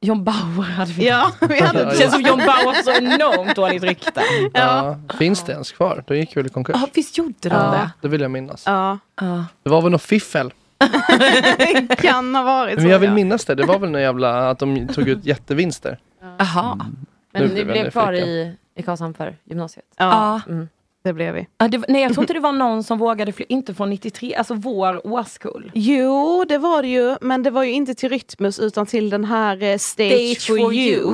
John Bauer hade vi. Ja, vi hade det känns som John Bauer (laughs) har så enormt dåligt rykte. Ja. Finns det ens kvar? Då gick väl i konkurs? Ja, visst gjorde de det? Det vill jag minnas. Ja. Det var väl något fiffel? (laughs) kan ha varit Men jag vill minnas det. Det var väl någon jävla, att de tog ut jättevinster. Aha. Men Nu ni blev jag blev kvar nyfiken. i, i Karlshamn för gymnasiet? Ja. Mm. Ah, Det blev vi. Ja, det, var- nej, jag tror inte det var någon som vågade fly, inte från 93, alltså vår årskull. Jo, det var det ju. Men det var ju inte till Rytmus utan till den här eh, Stage, Stage for, for you.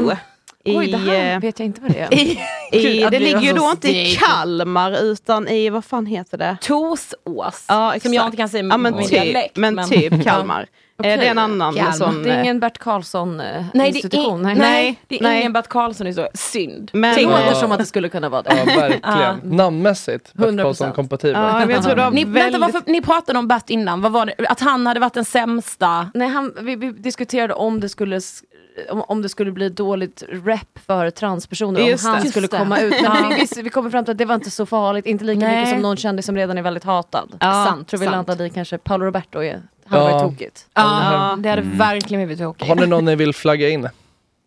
You. Oj, det här eh, vet jag inte vad det (laughs) är. I, i, Gud, att det du ligger ju är då så inte i stig. Kalmar utan i, vad fan heter det? Torsås. Ja, exakt. Som jag inte kan säga med ja, men min typ, dialekt, Men, men- typ Kalmar. Okej. Eh, Det är en annan Kalmar. sån... Det är eh, ingen Bert Karlsson eh, Nej, det är, institution? in, nej, det är nej. ingen Bert Karlsson i så. Synd. Men- Tänk Det låter om- som att det skulle kunna vara det. Ja, verkligen. Namnmässigt, Bert 100%. Karlsson-kompatibel. Ja, men jag tror det var Ni, vänta, väldigt- varför, ni pratade om Bert innan, vad var det? Att han hade varit den sämsta. Nej, han, vi, vi diskuterade om det skulle s- om, om det skulle bli dåligt rep för transpersoner, Just om han det. skulle Just det. komma ut. Men Ja. vi, vi, vi kommer fram till att det var inte så farligt, inte lika Nej. mycket som någon kändis som redan är väldigt hatad. Ja, sant, tror vi sant. landade i kanske Paolo Roberto, är, han var Ja. ju tokigt. Ja, det hade verkligen blivit Har tråkigt. ni någon ni vill flagga in?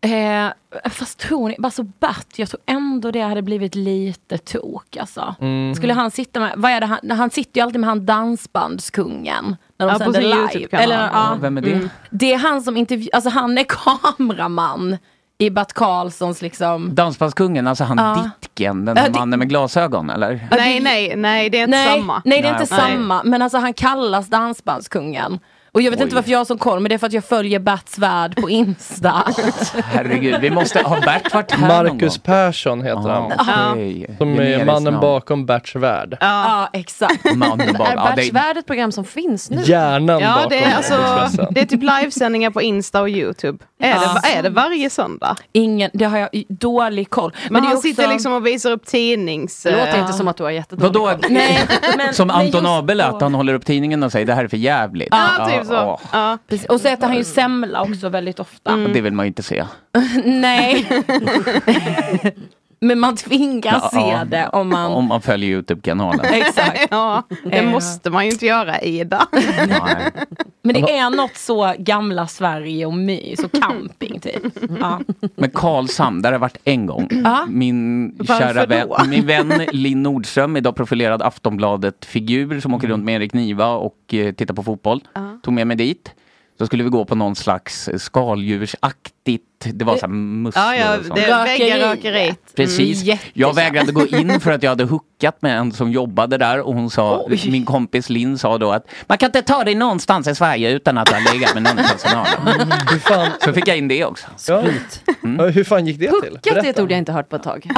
Eh, fast tror ni, alltså Bert, jag tror ändå det hade blivit lite tok alltså. Mm. Skulle han sitta med, vad är det han, han sitter ju alltid med han dansbandskungen. När de Ja, på sänder sin typ, live. YouTube-kanal. Eller, ja. Vem är det? Det är han som intervju, alltså han är (laughs) kameraman i Bert Karlssons liksom. Dansbandskungen, alltså han Ja. Ditken, den Ja, där det- mannen med glasögon eller? Nej, nej, nej, det är inte Nej, samma. nej det är inte Nej, okej. samma, men alltså han kallas dansbandskungen. Och jag vet inte varför jag har sån koll, men det är för att jag följer Berts värld på (laughs) Insta. Herregud, vi måste, har Bert varit här någon gång? Marcus Persson heter han. Okej. Som är Generiskt mannen namn. bakom Berts värld. Ja, exakt. Mannen bakom, Är ja, Berts det, värld ett program som finns nu? Hjärnan Ja, bakom det är, alltså, Expressen. det är typ livesändningar på Insta och Youtube. Är, Ja. det, är det varje söndag? Ingen, det har jag dålig koll. Men, Men det är han också- sitter liksom och visar upp tidnings... Det låter eh, inte som att du har jättedålig vadå? koll. Nej, (laughs) men, Som men Anton just Abele, då. att han håller upp tidningen och säger det här är för jävligt. Ja, typ åh. så. Ja. Precis. Och så äter han ju semla också väldigt ofta. Mm, Och Det vill man ju inte se. Nej. (laughs) men man tvingas Ja, ja. se det om man... Om man följer (laughs) YouTube-kanalen. Exakt. Ja, det Eh. måste man ju inte göra, Ida. Nej. Men det är något så gamla Sverige och (laughs) mys och camping typ. Ja. Men Karlshamn, där har jag varit en gång. Ja. Min Varför kära vän, då? min vän Linn Nordström, idag profilerad Aftonbladet-figur som åker runt med Erik Niva och eh, tittar på fotboll. Ja. Tog med mig dit. Så skulle vi gå på någon slags eh, skaldjursaktigt, det var så här musslor Ja, ja, och sånt. det är väggarökeriet. Precis. Mm, jag vägrade gå in för att jag hade hookat med en som jobbade där och hon sa, min kompis Linn sa då att man kan inte ta dig någonstans i Sverige utan att ha legat med någon i personalen. Så fick jag in det också. Ja, Hur fan gick det till? Puckat är ett ord jag inte hört på ett tag.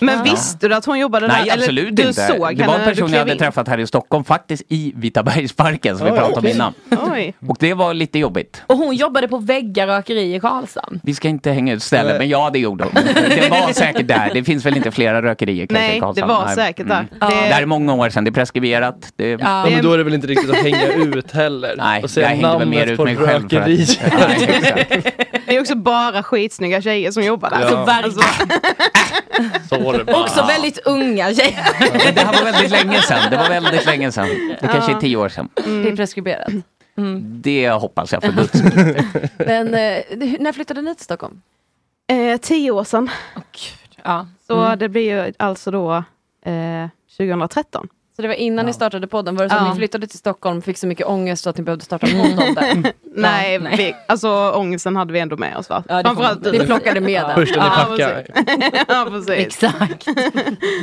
Men visste du att hon jobbade där? Nej Eller absolut du inte. Såg det henne var en när du person jag klev hade in? träffat här i Stockholm faktiskt i Vitabergsparken som vi Oj, pratade om okej. innan. Oj. Och det var lite jobbigt. Och hon jobbade på Väggarökeri i Karlshamn. Vi ska inte hänga ut ställen men ja det gjorde hon. Det var säkert där. Det finns väl inte flera rökerier kanske Nej, i Karlshamn? det var Nej. Mm. säkert där. Det... Det- här är många år sedan, det är preskriberat. Det... Ja, men då är det väl inte riktigt att hänga ut heller? Nej, Och säga jag hängde väl mer namnet ut på mig själv. För (laughs) rökeriet. att... Det är också bara skitsnygga tjejer som jobbar där. Ja. Alltså, Så (laughs) var det bara. Också väldigt unga tjejer. Men Det här var väldigt länge sedan. Det var väldigt länge sedan. Det kanske är tio år sedan. mm. Det är preskriberat. Det hoppas jag för guds skull. Men eh, hur- när flyttade ni till Stockholm? Eh, tio år sedan. Ja. Så Mm. det blir ju alltså då eh, 2013. Så det var innan ni startade podden, var det så att Ja. ni flyttade till Stockholm fick så mycket ångest så att ni behövde starta (laughs) en podd om det? Nej, Vi, alltså ångesten hade vi ändå med oss va? det kom- det plockade med den. Först när ni packar. precis. ja, precis. Exakt.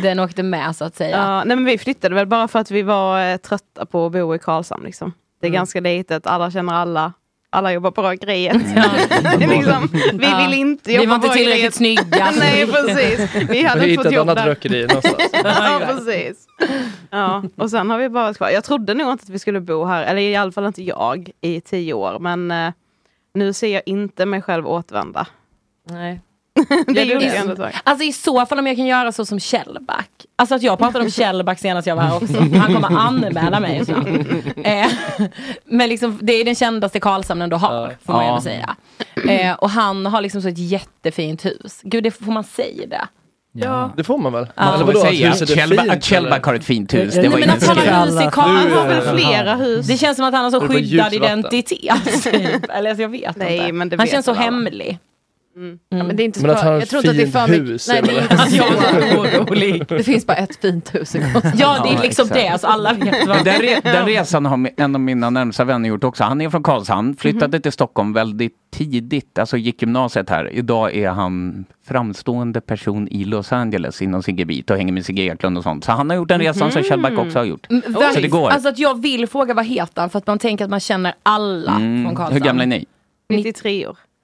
Den åkte med så att säga. Ja, nej, men vi flyttade väl bara för att vi var eh, trötta på att bo i Karlshamn. Liksom. Det är Mm. ganska litet, alla känner alla. Alla jobbar på rökeriet. (laughs) Det är liksom, vi Ja. vill inte Vi jobba var inte på tillräckligt rökeriet. snygga. (laughs) nej, precis. Vi hade Vi inte hittade fått ett jobb annat där. rökeri någonstans. (laughs) ja, precis. Ja, och sen har vi bara kvar. Jag trodde nog inte att vi skulle bo här, eller i alla fall inte jag, i tio år. Men eh, nu ser jag inte mig själv återvända. Nej. det Gör du gjorde det? jag ändå. tack. Alltså i så fall om jag kan göra så som Kjellback. Alltså att (laughs) jag pratade om Kjellback senast jag var här också. Han kommer anmäla mig snart. Eh, men liksom, det är den kändaste Karlshamn du har, får man ju Ja. ändå säga. Eh, och han har liksom så ett jättefint hus. Gud, det får man säga det? Ja. Det får man väl? Alltså, Man får Vadå, väl att säga huset att är Kjellback, fint, att Kjellback har ett fint hus. Nej, Det var men ingen alltså, att han har skräll. hus i Karl- Han har Jaha. väl flera hus? Det känns som att han har så Är det på skyddad (laughs) ljusvatten? identitet. typ. Eller alltså, jag vet Nej, inte. men det han vet känns så väl alla. hemlig. Ja, men det är inte Men att för- han har jag tror inte att det är ett för fint mycket- hus Nej, är det är väl- inte (laughs) så jag är orolig. Det finns bara ett fint hus i Karlshamn. Ja, det är Ja, liksom exakt. det. Alltså, alla vet Men vad den, re den resan har mi- en av mina närmsta vänner gjort också. Han är från Mhm. Karlshamn, flyttade till Stockholm väldigt tidigt, alltså gick gymnasiet här. Idag är han framstående person i Los Angeles inom sin gebit och hänger med Sigge Eklund och sånt. Så han har gjort den resan som Kjellback också har gjort. Mm, Så det verkligen. går. Alltså att jag vill fråga vad heter han för att man tänker att man känner alla från Mm. Karlshamn. Hur gamla är ni? (laughs) 93 år.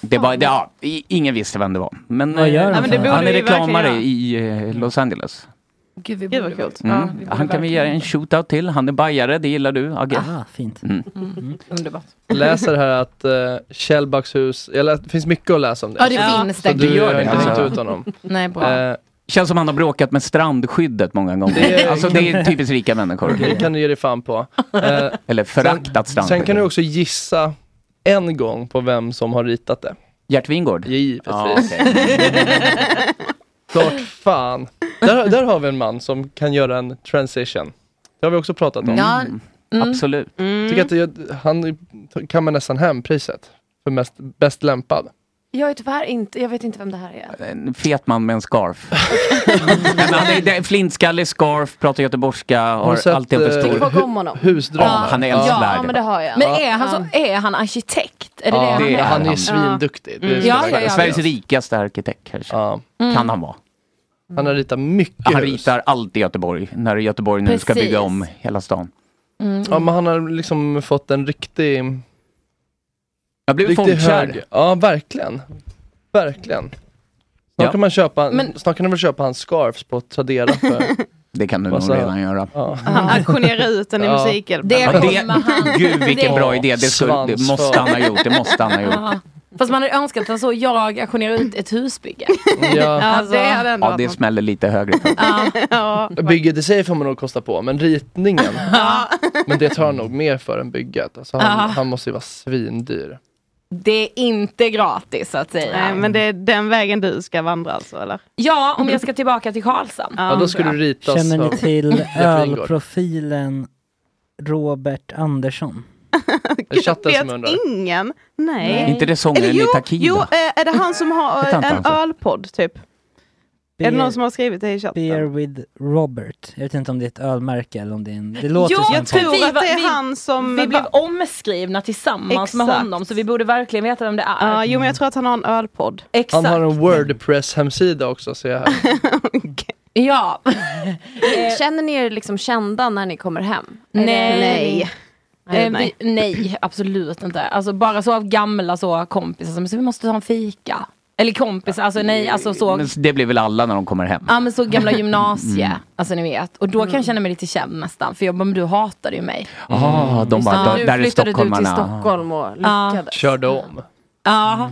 Det var, det, ja, i- ingen visste vem det var. Men, eh, gör han Ja, men det för? borde han är vi verkligen reklamare göra. i eh, Los Angeles. Gud, vi Gud vad coolt. Mm. vi borde han kan vi verkligen- göra en shootout till. Han är bajare, det gillar du Agge. Ah, fint. Mm. Underbart. läser här att uh, Kjellbacks hus, jag läs, det finns mycket att läsa om det. Ja, det finns Så det. du Det gör gör det. det. inte Ja. ringt ut honom. Nej, bra. Eh, Känns som han har bråkat med strandskyddet många gånger. Det- alltså det är typiskt rika människor. Det kan du ge dig fan på. Eh, Eller föraktat sen strandskyddet. kan du också gissa en gång på vem som har ritat det. Gert Wingård? Givetvis. Ja, okej. Klart fan. Där, där har vi en man som kan göra en transition. Det har vi också pratat om. Ja, mm. Absolut. Mm. Tycker att det, han kan man nästan hem priset för mest, bäst lämpad. Jag är tyvärr inte, jag vet inte vem det här är. En fet man med en (laughs) scarf. Nej, men han är- det är flintskallig, scarf, pratar göteborgska, har, sett, alltid en för eh, stor... Tycker folk om honom? Husdrama. Ja, han är Ja, eldsvärd. men det har jag. Men är han, så, är han arkitekt? Är det Ja, det han det är är? han. Han är ju Ja. svinduktig. Det är Mm. Ja, Sveriges- ja, ja, Sveriges visst. rikaste arkitekt kanske. Mm. Kan han vara. Han har ritat mycket Han hus. ritar allt i Göteborg. När Göteborg nu ska Precis. bygga om hela stan. Mm. Ja, men han har liksom fått en riktig... Jag blev fondkär. Ja, verkligen. Verkligen. Snart Ja. kan man köpa, Men- snart kan man väl köpa hans scarfs på Tradera för... Det kan du Massa- nog redan göra. Han auktionerar ut den i Ja. musikhjälpen. Det Ja, kommer han. Gud vilken bra idé. Det, skulle, det Svansföring. måste han ha gjort. Det måste han ha gjort. Ja. Fast man hade önskat att han så jag auktionerar ut ett husbygge. Mm, (laughs) Ja. Alltså, det hade ändå Ja, det smäller lite högre. Bygget i sig får man nog kosta på, men ritningen. men det tar han nog mer för än bygget. Alltså han, Ja. han måste ju vara svindyr. Det är inte gratis så att säga. Nej, men det är den vägen du ska vandra alltså, eller? Ja, om jag ska tillbaka till Karlshamn. Ja, då skulle du ritas Känner av ni till Jeff Wingårdh. ölprofilen Robert Andersson? Det är chatten Vet som undrar. ingen? Nej. Nej. Inte det sångaren Eller jo, i Takida? Jo, eh, är det han som har Heter han eh, en inte han så? ölpodd typ? Är det någon som har skrivit det i chatten? Beer with Robert. Jag vet inte om det är ett ölmärke eller om det är en... Det låter Jo, som en jag tror podd. att det är Vi- han som... vi blev omskrivna tillsammans med honom, så vi borde verkligen veta vem det är. Ja, jo men jag tror att han har en ölpodd. Han har en Wordpress-hemsida också ser jag (laughs) här. Ja. Känner ni er liksom kända när ni kommer hem? Är det- Nej. Nej. Eh, vi, nej, absolut inte. Alltså bara så av gamla så kompisar som så vi måste ta en fika. Eller kompisar, alltså nej, alltså så. Men det blir väl alla när de kommer hem. Ja men så gamla gymnasie, Mm. alltså ni vet. Och då kan jag känna mig lite känd nästan, för jag bara, men du hatade ju mig. Ah, de bara, Ja. "Där- där är stockholmarna. och lyckades. Körde om. Ja.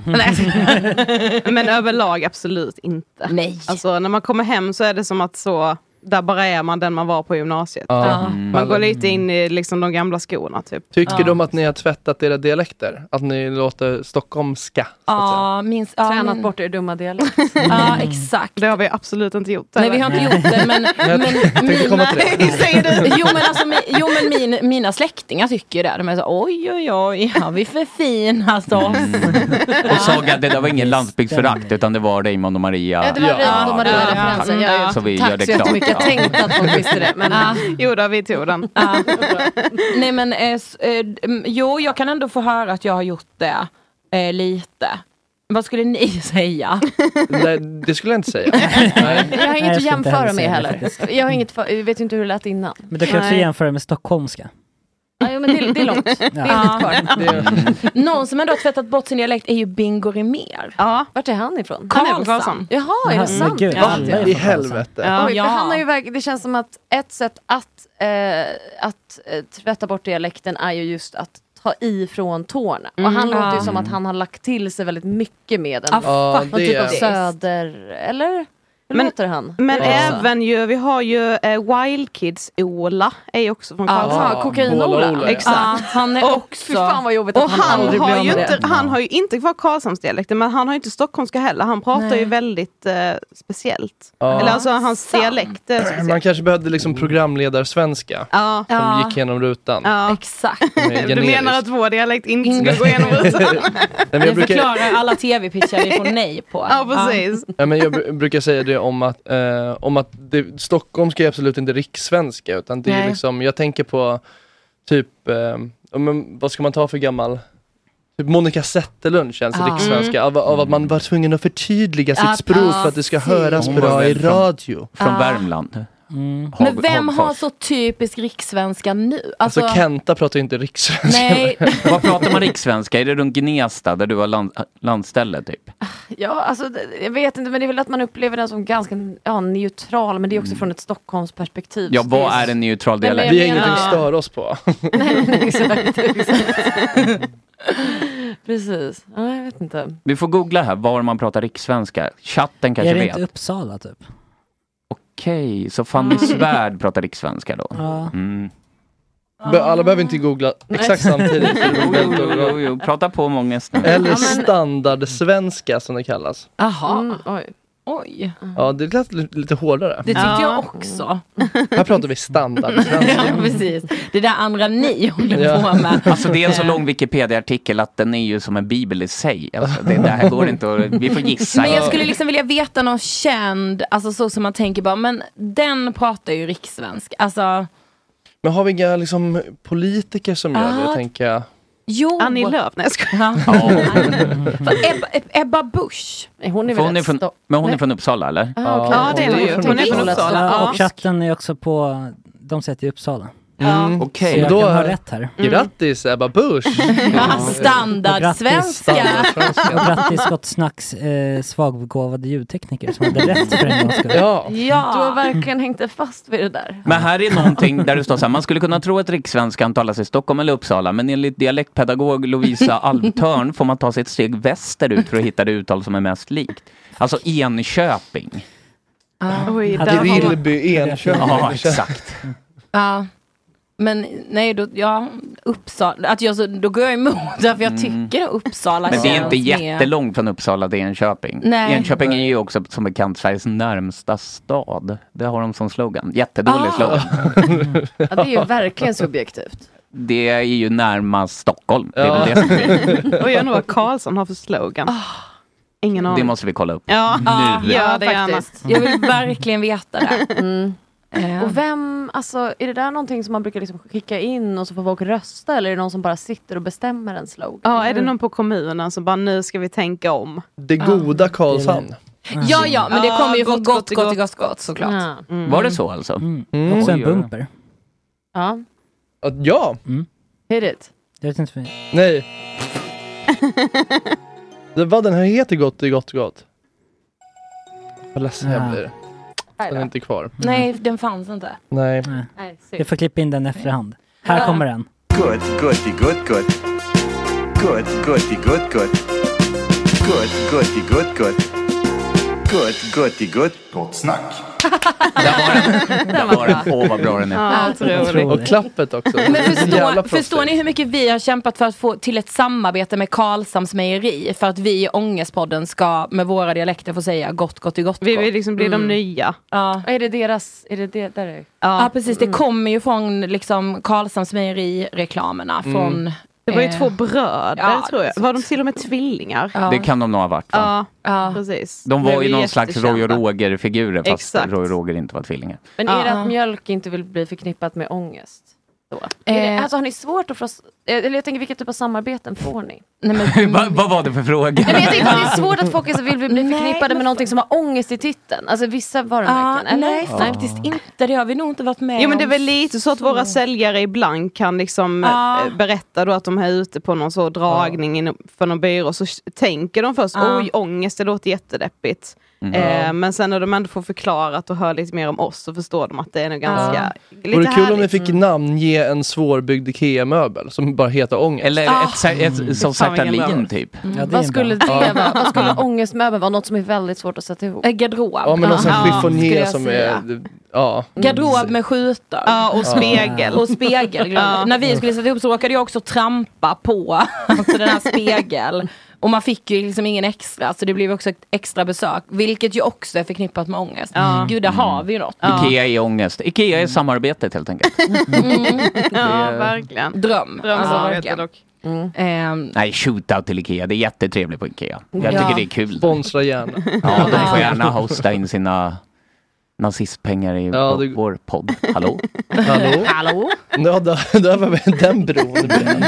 men överlag absolut inte. Nej. Alltså när man kommer hem så är det som att så, där bara är man den man var på gymnasiet. Ja. Mm. Man går lite in i liksom de gamla skorna typ. Tycker de att ni har tvättat era dialekter? Att ni låter stockholmska? Ja, minns, ja, Tränat men- bort er dumma dialekt. Ja, exakt. (laughs) Det har vi absolut inte gjort. (laughs) Nej vi har inte gjort det men, Jag men tänkte komma till det. jo men, alltså, mi- jo, men min, mina släktingar tycker ju det. De är så oj oj oj, har vi förfinat oss? Och Saga, det där var ingen landsbygdsförakt utan det var Raymond och Maria. Ja, det var Ja. Raymond och Maria referensen. Tack. Ja, ja. Så vi Tack gör det så klart. jättemycket. Jag Ja. tänkte att folk visste det. Men Ja. (laughs) Jo då, vi tog den. Ja. Nej men eh, s- eh, d- mm, jo jag kan ändå få höra att jag har gjort det eh, lite. Vad skulle ni (laughs) säga? Nej, det skulle jag inte (laughs) säga. jag har Nej, inget jag att ska inte heller jämföra med säga det heller. Jag har inget, för- jag vet ju inte hur det lät innan. Men du kan också Nej. jämföra med stockholmska. Ja, jo, men det, det är långt. Det är långt kvar. Någon som ändå har tvättat bort sin dialekt är ju Bingo Rimér. Ja. Vart är han ifrån? Han är från Karlshamn. Jaha, är det sant? gud, Ja. alla alltså? är I från Karlshamn. helvete. Oj, Ja. för han har ju verk- det känns som att ett sätt att, eh, att eh, tvätta bort dialekten är ju just att ta ifrån tårna. Mm. Och han låter ju Ja. som att han har lagt till sig väldigt mycket med den. Ah, Ja, fuck, det typ av är- söder, eller? Hur Men- låter han? Men Ja. även ju, vi har ju eh, Wild Kids-Ola, är ju också från Karlshamn. Jaha, Båla kokain-Ola. Ola, ja. Ja, (laughs) han är också... Fy fan vad jobbigt Och han aldrig har, blir ju av med inte, det. han har ju inte kvar Karlshamnsdialekten men han har ju inte stockholmska heller. Han pratar Nej. ju väldigt eh, speciellt. Ja. Eller alltså hans Sant. dialekt är speciell. Man kanske behövde liksom programledarsvenska Ja. som Ja, gick genom rutan. Ja. exakt. (laughs) Som är Du generisk. menar att vår dialekt inte Inte ska gå igenom rutan? Nej, men Det jag, brukar, förklarar alla tv-pitchar vi får nej på. Ja precis. ja, men jag br- brukar säga det om att, eh, om att det, stockholmska är absolut inte rikssvenska utan det är Nej. liksom, jag tänker på typ, eh, ja, men, vad ska man ta för gammal Typ Monica Zetterlund känns Ja. rikssvenska, av, av att Mm. man var tvungen att förtydliga sitt Ja, språk för att det ska precis. höras Hon var bra i väl från- radio. Från Ja. Värmland. Mm. Hag- Men vem har Hagfors. så typisk rikssvenska nu? Alltså, Alltså, Kenta pratar ju inte rikssvenska. (laughs) nej, Vad pratar man rikssvenska? Är det runt Gnesta där du har land, landställe typ? Ja, alltså, det- jag vet inte, men det är väl att man upplever den som ganska ja, neutral, men det är också från ett Stockholmsperspektiv. Ja, så det vad är en neutral Nej, men dialekt? Vi har menar- ingenting att störa oss på. Exakt, exakt. Precis. Ja, jag vet inte. Vi får googla här var man pratar rikssvenska. Chatten kanske Är det vet. inte Uppsala typ? Okej, så Fanny Svärd pratar rikssvenska då? Ja. Mm. Be- Alla behöver inte googla exakt samtidigt. Jo, jo, jo, jo, prata på Månges nu. Eller standardsvenska som det kallas. Aha. oj. Oj. Ja, det lät li- lite hårdare. Det tyckte jag också. Här pratar vi standard. (laughs) ja, precis. Det där andra ni håller på med. Alltså det är en så lång Wikipedia-artikel att den är ju som en bibel i sig. Alltså, det, det här går inte att, vi får gissa. Men jag skulle liksom vilja veta någon känd, alltså så som man tänker bara, men den pratar ju rikssvensk. Alltså, Men har vi inga liksom, politiker som gör det, Ah. tänker jag? jo. Annie Lööf, nej jag skojar. (laughs) För Ebba, Eb- Ebba Busch, hon För är väl hon är rätt från, stor. men hon är från Uppsala eller? Ah, okej. Ja, det är hon ju. Hon är från Uppsala. Ja. Och chatten är också på, de sätter i Uppsala. Mm. Okej. Så jag Då- kan ha rätt här. Grattis Ebba Busch! Standardsvenska. Och grattis Gott Snacks eh, svagbegåvade ljudtekniker som hade rätt för en gångs skull. ja. Du har verkligen hängt fast vid det där. Men här är någonting där det står så här, man skulle kunna tro att rikssvenskan talas i Stockholm eller Uppsala, men enligt dialektpedagog Lovisa Alvtörn får man ta sig ett steg västerut för att hitta det uttal som är mest likt. Alltså Enköping. Oj, där har man- Grillby, Enköping. Ja, exakt. Ja. Men nej, då, ja, Uppsala, att jag, så, då går jag emot det för jag Mm. tycker Uppsala Men det är inte känns mer- jättelångt från Uppsala till Enköping. Nej. Enköping är ju också som bekant Sveriges närmsta stad. Det har de som slogan. Jättedålig Ah. slogan. Ja, det är ju verkligen subjektivt. Det är ju närmast Stockholm. Det, Ja. är väl det, som är. Och jag undrar (laughs) vad Karlsson har för slogan. Ingen aning. det måste vi kolla upp. Ja, Nu. gör det gärna. faktiskt. Jag vill verkligen veta det. Eh, Mm. Och vem, alltså är det där någonting som man brukar liksom skicka in och så får folk rösta eller är det någon som bara sitter och bestämmer en slogan? Ja, är det någon på kommunen som bara nu ska vi tänka om? Det goda Karlshamn. Mm. Ja, ja, men det Ja, kommer ju från gott, gott, gott, gott, gott, gott. gott, gott såklart. Ja. Var det så alltså? Mm. Och sen Oj, oj, oj. Mm. bumper. Ja, Mm. Ja! hit it. Jag vet inte för Nej. det, vad den här heter Gott i gott gott. Vad ledsen jag Ja. blir. Den är Mm. inte kvar. Nej, den fanns inte. Nej. Nej, synd. Jag får klippa in den efterhand. Här kommer den. Good, goody, good, good. Good, goody, good, good. Good, goody, good, good. Good, goody, good. Gott snack. (laughs) Där var den. Åh, vad bra den är. Ja, otroligt. Och klappet också. Alltså. Men (laughs) Jävla förstår, proffsigt. förstår ni hur mycket vi har kämpat för att få till ett samarbete med Karlshamns mejeri? För att vi i Ångestpodden ska med våra dialekter få säga gott, gott, i gott, gott. Vi vill liksom bli de Mm. nya. Ja. Är det deras, är det det där är? Ja, precis, Mm. det kommer ju från liksom Karlshamns mejeri-reklamerna. Mm. Från, Det var ju eh, två bröder ja, tror jag. det- Var de till och med tvillingar? Ah. Det kan de nog ha varit. Va? Ja, precis. De var Blev ju någon slags Roy och jättekända. Roger-figurer fast Exakt. Roy och Roger inte var tvillingar. Men är det Ja. att mjölk inte vill bli förknippat med ångest? Då? Är det, Eh. alltså har ni svårt att få, s- eh, eller jag tänker vilka typ av samarbeten får ni? Nej, (laughs) men, Va, vad var det för fråga? Nej, men jag tänkte att det är svårt att folk vill bli Nej, förknippade men- med någonting som har ångest i titeln. Alltså vissa ja, varumärken, eller? nej, faktiskt inte. Det har vi nog inte varit med Jo men det är om. väl lite så att våra säljare ibland kan liksom Ja. eh, berätta då att de är ute på någon så dragning inom- för någon byrå så s- tänker de först Ja. oj ångest det låter jättedeppigt. Mm. Eh, Ja. men sen när de ändå får förklarat och hör lite mer om oss så förstår de att det är nog ganska lite Vore det kul om ni härligt. fick namnge en svårbyggd IKEA-möbel som bara heter ångest. Eller Ah. ett, sa- ett, som Fan, vilken Sertalin bra. typ. Vad skulle det vara? Vad (laughs) skulle ångestmöbeln vara? Något som är väldigt svårt att sätta ihop? En garderob. Ja men någon alltså, sån här skulle chiffonier jag som säga. är... Ja. Garderob med skjutor. Mm. Ja, och spegel. Och spegel. glömde. Ja. När vi skulle sätta ihop så råkade jag också trampa på (laughs) alltså den här spegel. Och man fick ju liksom ingen extra så det blev också ett extra besök. Vilket ju också är förknippat med ångest. Mm. Gud, där har Mm. vi ju något. Ikea är ångest. Ikea är samarbetet helt enkelt. Ja verkligen. Dröm. Alltså, verkligen. dock. Mm. Ehm, Nej, shootout till Ikea. Det är jättetrevligt på Ikea. Jag Ja. tycker det är kul. Sponsra gärna. Ja, de får gärna hosta in sina nazistpengar i Ja, det- vår podd. Hallå? Hallå? (laughs) Hallå? (laughs) Ja, där, där var vi- den bron bränd.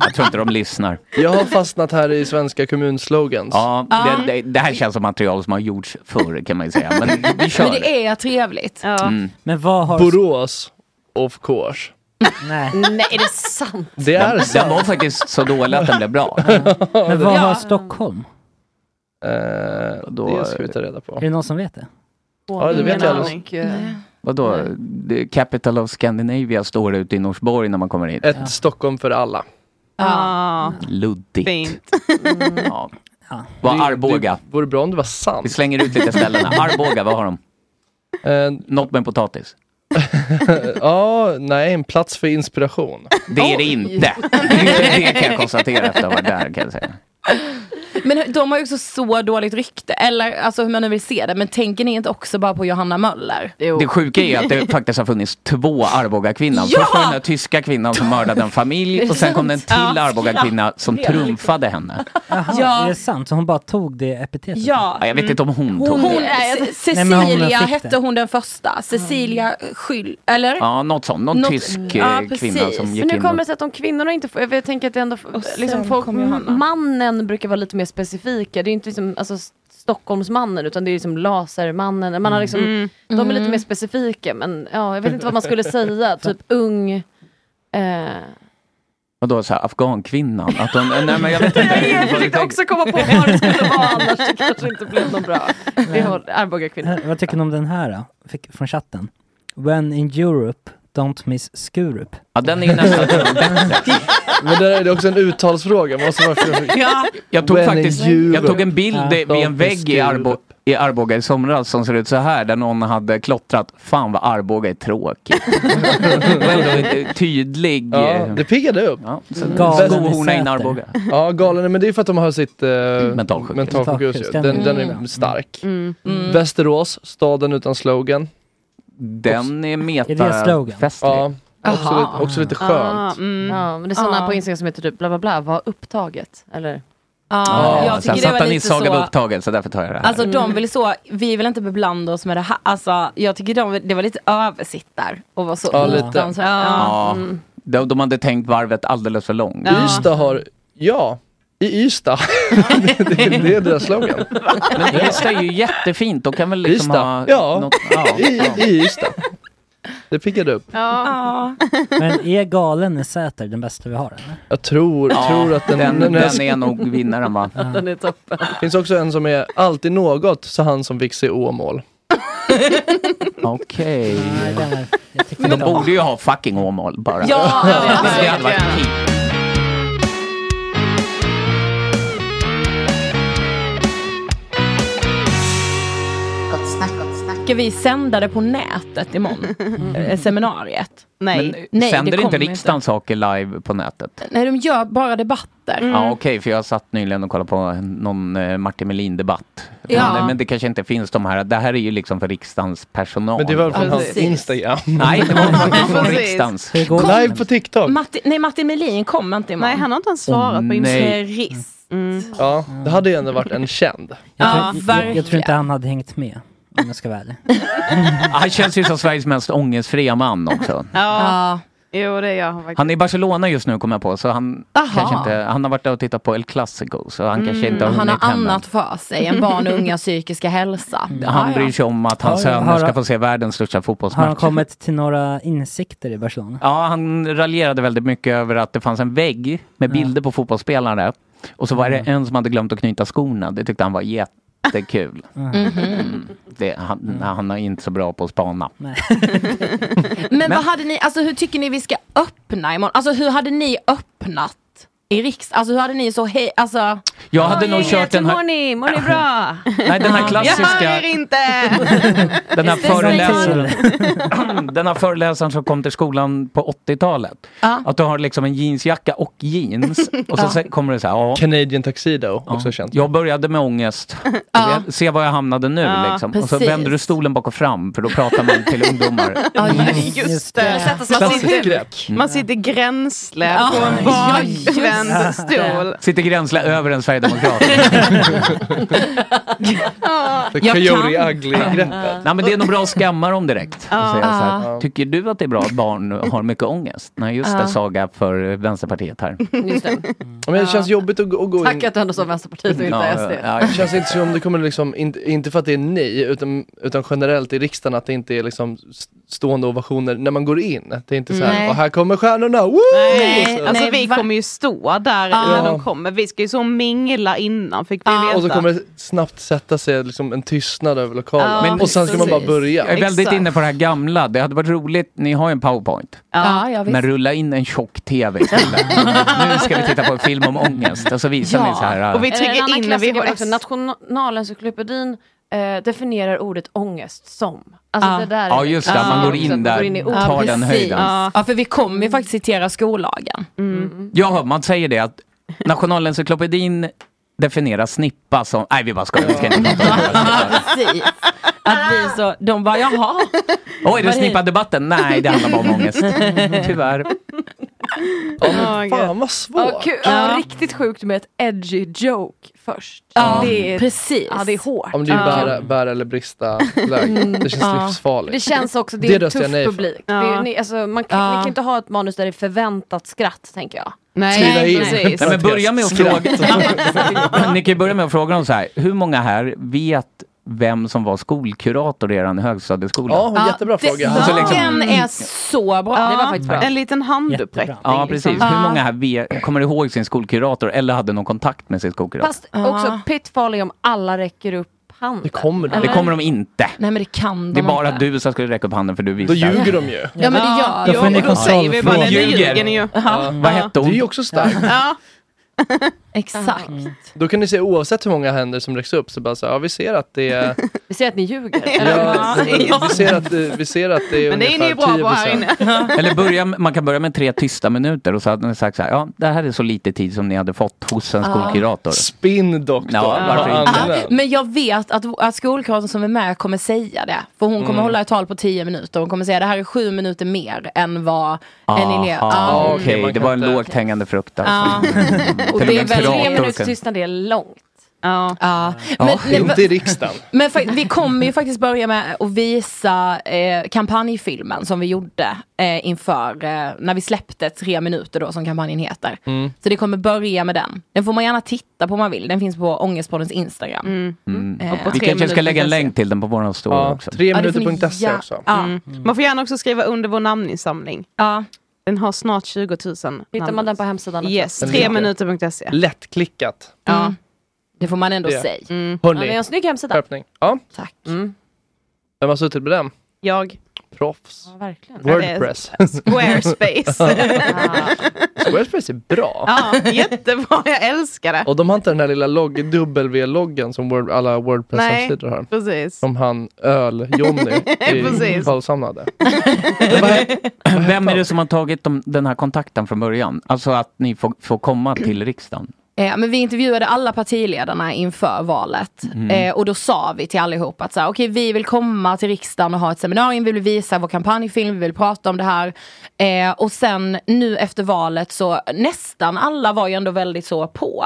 Jag tror inte de lyssnar. Jag har fastnat här i svenska kommunslogans. Ja, det, det, det här känns som material som har gjorts förr kan man ju säga. Men vi men kör. det är trevligt. Mm. Men vad har... Borås, of course. Nej. Nej, är det sant? Det är Den, den sant. var faktiskt så dålig att den blev bra. Men vad Ja. har Stockholm? Eh, Då- (laughs) det ska vi ta reda Är på. det någon som vet det? Ja, det vet jag alldeles. Och, eh, Vadå? The capital of Scandinavia står det ute i Norsborg när man kommer hit. Ett Stockholm för alla. Ja, Luddigt. fint. Ja. Ja. Vad Det- Arboga? Det vore bra om det var Vi sant. slänger ut lite ställen. här. Arboga, vad har de? Eh, (laughs) Något med potatis? ja, nej, en plats för inspiration. Det är det inte. Det kan jag konstatera efter att ha varit där kan jag säga. Men de har ju också så dåligt rykte, eller alltså hur man nu vill se det. Men tänker ni inte också bara på Johanna Möller? Det sjuka är att det faktiskt har funnits två Arboga-kvinnan. Ja! Först var det den där tyska kvinnan som mördade en Är det familj och sen kom det en sant? till Ja. Arboga-kvinna som Ja. trumfade henne. Jaha, Ja. det är sant. Så hon bara tog det epitetet? Ja. Ja, jag vet inte om hon Hon, tog hon, det. eh, Ce- Nej, men hon Cecilia fick det. hette hon den första. Cecilia Skyll, eller? Ja, något sånt. Någon Något- tysk eh, Ja, kvinna som Precis. gick Men nu in och... kommer det sig att om kvinnorna inte får, jag tänker att det ändå, sen liksom folk, kom Johanna. mannen brukar vara lite mer specifika. Det är inte liksom, alltså Stockholmsmannen utan det är liksom lasermannen. Man har liksom, Mm. De är lite Mm. mer specifika men ja, jag vet inte vad man skulle (laughs) säga. Typ ung. Eh, Och då så här, afghankvinnan. Att hon, nej, men jag vet inte. jag försökte också komma på vad det skulle vara (laughs) annars det kanske inte blev någon bra. Vi har Arboga kvinnor. Eh, Vad tycker ni om den här då? Fick, från chatten. When in Europe, don't miss Skurup. Ja, den är ju nästan Men där är det också en uttalsfråga. (laughs) Man måste vara Ja, jag tog When in faktiskt Europe. jag tog en bild Ah, eh, vid en don't vägg i, be Arbo, stupid. i Arboga i somras som ser ut så här där någon hade klottrat Fan vad Arboga är (laughs) tråkigt. Det var ändå en tydlig... Ja, eh, det piggade upp. Ja, så- Galen Skohorna i in Säter. Arboga. Ja, galen, men det är för att de har sitt eh, mentalsjukhus. Mentalsjukhus, ju. den- den, den Mm. är stark. Mm. Mm. Västerås, staden utan slogan. Den är metafestlig. Ja, också, Aha. lite, också lite skönt. Ah, mm. Ja, men det är sådana Ah. på Instagram som heter typ bla bla bla, var upptaget. Eller? Ja, jag sen tycker det var lite saga så- var upptagen så därför tar jag det här. Alltså de vill så, vi vill inte beblanda oss med det här. Alltså jag tycker de, det var lite översittar och var så Ja, lite. utan så- Ja. Ja. mm. De, de hade tänkt varvet alldeles för långt. Ystad har, ja, i Ystad. (laughs) det, det, det är deras slogan. Men Ystad är ju jättefint, de kan väl liksom Ystad, ha... ja. Något, ja. I, i Ystad. Det piggade upp. Ja. Men är galen i Säter den bästa vi har eller? (laughs) Jag tror, Ja, tror att den... den- när jag- den är nog vinnaren va? Den är toppen. Det finns också en som är alltid något, så han som fick se Åmål. Okej. Men de borde ju ha fucking Åmål bara. Ja, alltså, det hade varit verkligen. kul. Gott snack, gott snack. Ska vi sända det på nätet imorgon? Eh, Seminariet? Men sänder kommer inte riksdagen saker live på nätet? Nej, de gör bara debatter. Mm. Ja okej, för jag satt nyligen och kollade på någon eh, Martin Melin-debatt. Ja. Men, men det kanske inte finns de här, det här är ju liksom för riksdagens personal. Men det var från hans Instagram. Nej, det var faktiskt från Precis. riksdagens. Det går live på TikTok. Martin, nej, Martin Melin kommer inte imorgon. Nej, han har inte ens Mm. svarat Åh, på Instagram. nej. Terrorist. Ja, det hade ju ändå varit en känd. Jag, Ja, tror, jag, jag tror inte verkligen. han hade hängt med, om jag ska vara ärlig. Han känns ju som Sveriges mest ångestfria man också. Ja. Jo, det gör han faktiskt. Han är i Barcelona just nu kommer jag på, så han, Aha. Mm. kanske inte, han har varit där och tittat på El Clasico, så han kanske inte har han hunnit har hem än. annat för sig än barn och unga psykiska hälsa. Ah, Han bryr sig om att hans Har- söner har- ska få se världens största Har han fotbollsmatch. kommit till några insikter i Barcelona? Ja, han raljerade väldigt mycket över att det fanns en vägg med bilder på fotbollsspelare. Och så var det en som hade glömt att knyta skorna. Det tyckte han var jättekul. Mm. Det, han, han är inte så bra på att spana. Men, vad hade ni, alltså hur tycker ni vi ska öppna imorgon? Alltså hur hade ni öppnat i riks... Alltså hur hade ni så hej, alltså... Jag hade nog kört den här, Mår mår ni bra? (laughs) Nej, den här klassiska- Jag hör er inte! den här It's the same föreläsaren. (clears throat) (laughs) den här föreläsaren som kom till skolan på 80-talet. Ja. Att du har liksom en jeansjacka och jeans. Och så Ja. sen kommer det så här. Ja, Canadian Tuxedo, också känt. Mm. Jag började med ångest. Ja. Se var jag hamnade nu Ja, liksom. Och så precis. vänder du stolen bak och fram för då pratar man till ungdomar. Ja, Just det. Sätta sig Man på sitt sitter, grepp. Mm. man sitter i gränsle Ja. på en Ja, just bakvänd stol. Sitter gränsle över en sverigedemokrat. Det Coyote Ugly-greppet. Nej men det är nog bra att skamma dem direkt. Ja. Och säga så här, Ja. Tycker du att det är bra att barn har mycket ångest? Nej just Ja. det, Saga för Vänsterpartiet här. Just det. Men det känns jobbigt att gå att gå in... Tack att du ändå sa Vänsterpartiet och inte SD. ja. Det känns inte som det kommer liksom, in- inte för att det är ni, utan, utan generellt i riksdagen att det inte är liksom s- stående ovationer när man går in. Det är inte så Nej. här, och här kommer stjärnorna, woo! Nej, Och så- alltså vi kommer ju stå där Ja. när de kommer. Vi ska ju så mingla innan fick vi veta. Och så kommer det snabbt sätta sig liksom en tystnad över lokalen. Ja, och sen ska man bara börja. Jag är väldigt inne på det här gamla. Det hade varit roligt, ni har ju en powerpoint. Ja, ja visst. Men rulla in en tjock tv istället. Nu ska vi titta på en film om ångest och så visar Ja. ni så här. Och vi äh, Eller en trycker annan in när vi klassiker har- också, Nationalencyklopedin eh, definierar ordet ångest som. Alltså Ja. det där Ja, just det, man går in också, att man där, går in i ord. tar Ja, den precis. höjden. Ja. ja, för vi kommer ju faktiskt citera (laughs) skollagen. Ja, man säger det att Nationalencyklopedin definierar snippa som, nej vi bara skojar, vi ska inte prata om det. Precis. Att vi så, de bara jaha. Oj, du (laughs) Vad är- snippar debatten? Nej, det handlar bara om (laughs) ångest. Tyvärr. Fan vad svårt. Ja, kul. (laughs) Ja, Riktigt sjukt med ett edgy joke först. Ja, det är, precis. Ja, det är hårt. Om det är ju bära, bära eller brista läge. Mm. Det känns Ja. livsfarligt. Det känns också, det är en röstar jag tuff nej för. publik. Det är, ni, alltså, man kan, Ja. ni kan inte ha ett manus där det är förväntat skratt, tänker jag. Typ. Tvivla in. Nej, men börja med att fråga. (laughs) (laughs) Ni kan ju börja med att fråga dem så här. Hur många här vet vem som var skolkurator i er högstadieskola? det, Och så liksom- Den Mm. är så bra. Ja, det var faktiskt bra. En liten handuppräckning. Ja, precis. liksom. Hur många här vet, kommer ihåg sin skolkurator eller hade någon kontakt med sin skolkurator? Fast också pitfall är om alla räcker upp handen. Det kommer Det kommer de inte. Nej men det kan de Det är bara inte. du som skulle räcka upp handen för du visste. Då ljuger de ju. Ja men det gör Då får ni ju. kontrollfråga. nej, nu Ljuger. ljuger ni ju. Ja. Vad hette hon? Det är ju också starkt. Exakt. Mm. Då kan ni se oavsett hur många händer som räcks upp så bara så här, ja vi ser att det är... Vi ser att ni ljuger. Ja, vi, ser att, det- vi ser att det är Men det är ni ju ungefär bra på här (laughs) 10%. Eller börja, med- man kan börja med tre tysta minuter och så hade ni sagt så här, ja det här är så lite tid som ni hade fått hos en Ja. skolkurator. Spinn doktor. Ja, varför Ja, inte? men jag vet att, att skolkuratorn som är med kommer säga det. För hon kommer Mm. hålla ett tal på 10 minuter. Hon kommer säga det här är sju minuter mer än vad en elev... Aha, Ja. Okej, det var en lågt hängande frukt alltså. Ja. Och Till det och är med väl kurator tre kan- minuters tystnad är långt. Ja. Men, nej, men- riksdagen. Men fa- vi kommer ju faktiskt börja med att visa eh, kampanjfilmen som vi gjorde eh, inför eh, när vi släppte tre minuter då som kampanjen heter. Mm. Så det kommer börja med den. Den får man gärna titta på om man vill. Den finns på Ångestpoddens Instagram. Mm. Eh, Vi tre kanske ska lägga en minuter. länk till den på våran story Ja, också. tre Ja, det får ni E gär- Ja. Mm. Man får gärna också skriva under vår namninsamling. Den har snart 20 000 Hittar man den på hemsidan? också? Yes, treminuter.se. Lättklickat. Ja. Mm. Det får man ändå Det. säga. Mm. Hörni. Ja, det är en snygg hemsida. Skärpning. Ja. Tack. Vem har suttit på den? Jag. Proffs. Ja, verkligen. Wordpress. (laughs) (laughs) Squarespace. Squarespace är bra. ja, (laughs) jättebra. Jag älskar det. Och de har inte den här lilla logg, W-loggan som Word, alla Wordpress-hemsidor har. precis. Som han (laughs) Öl-Jonny i Precis. Karlshamn hade. Vem är det som har tagit de, den här kontakten från början? Alltså att ni får, får komma till riksdagen. Eh, men vi intervjuade alla partiledarna inför valet. Mm. Eh, och då sa vi till allihop att så här, okej, vi vill komma till riksdagen och ha ett seminarium. Vi vill visa vår kampanjfilm, vi vill prata om det här. Eh, och sen nu efter valet så nästan alla var ju ändå väldigt så på.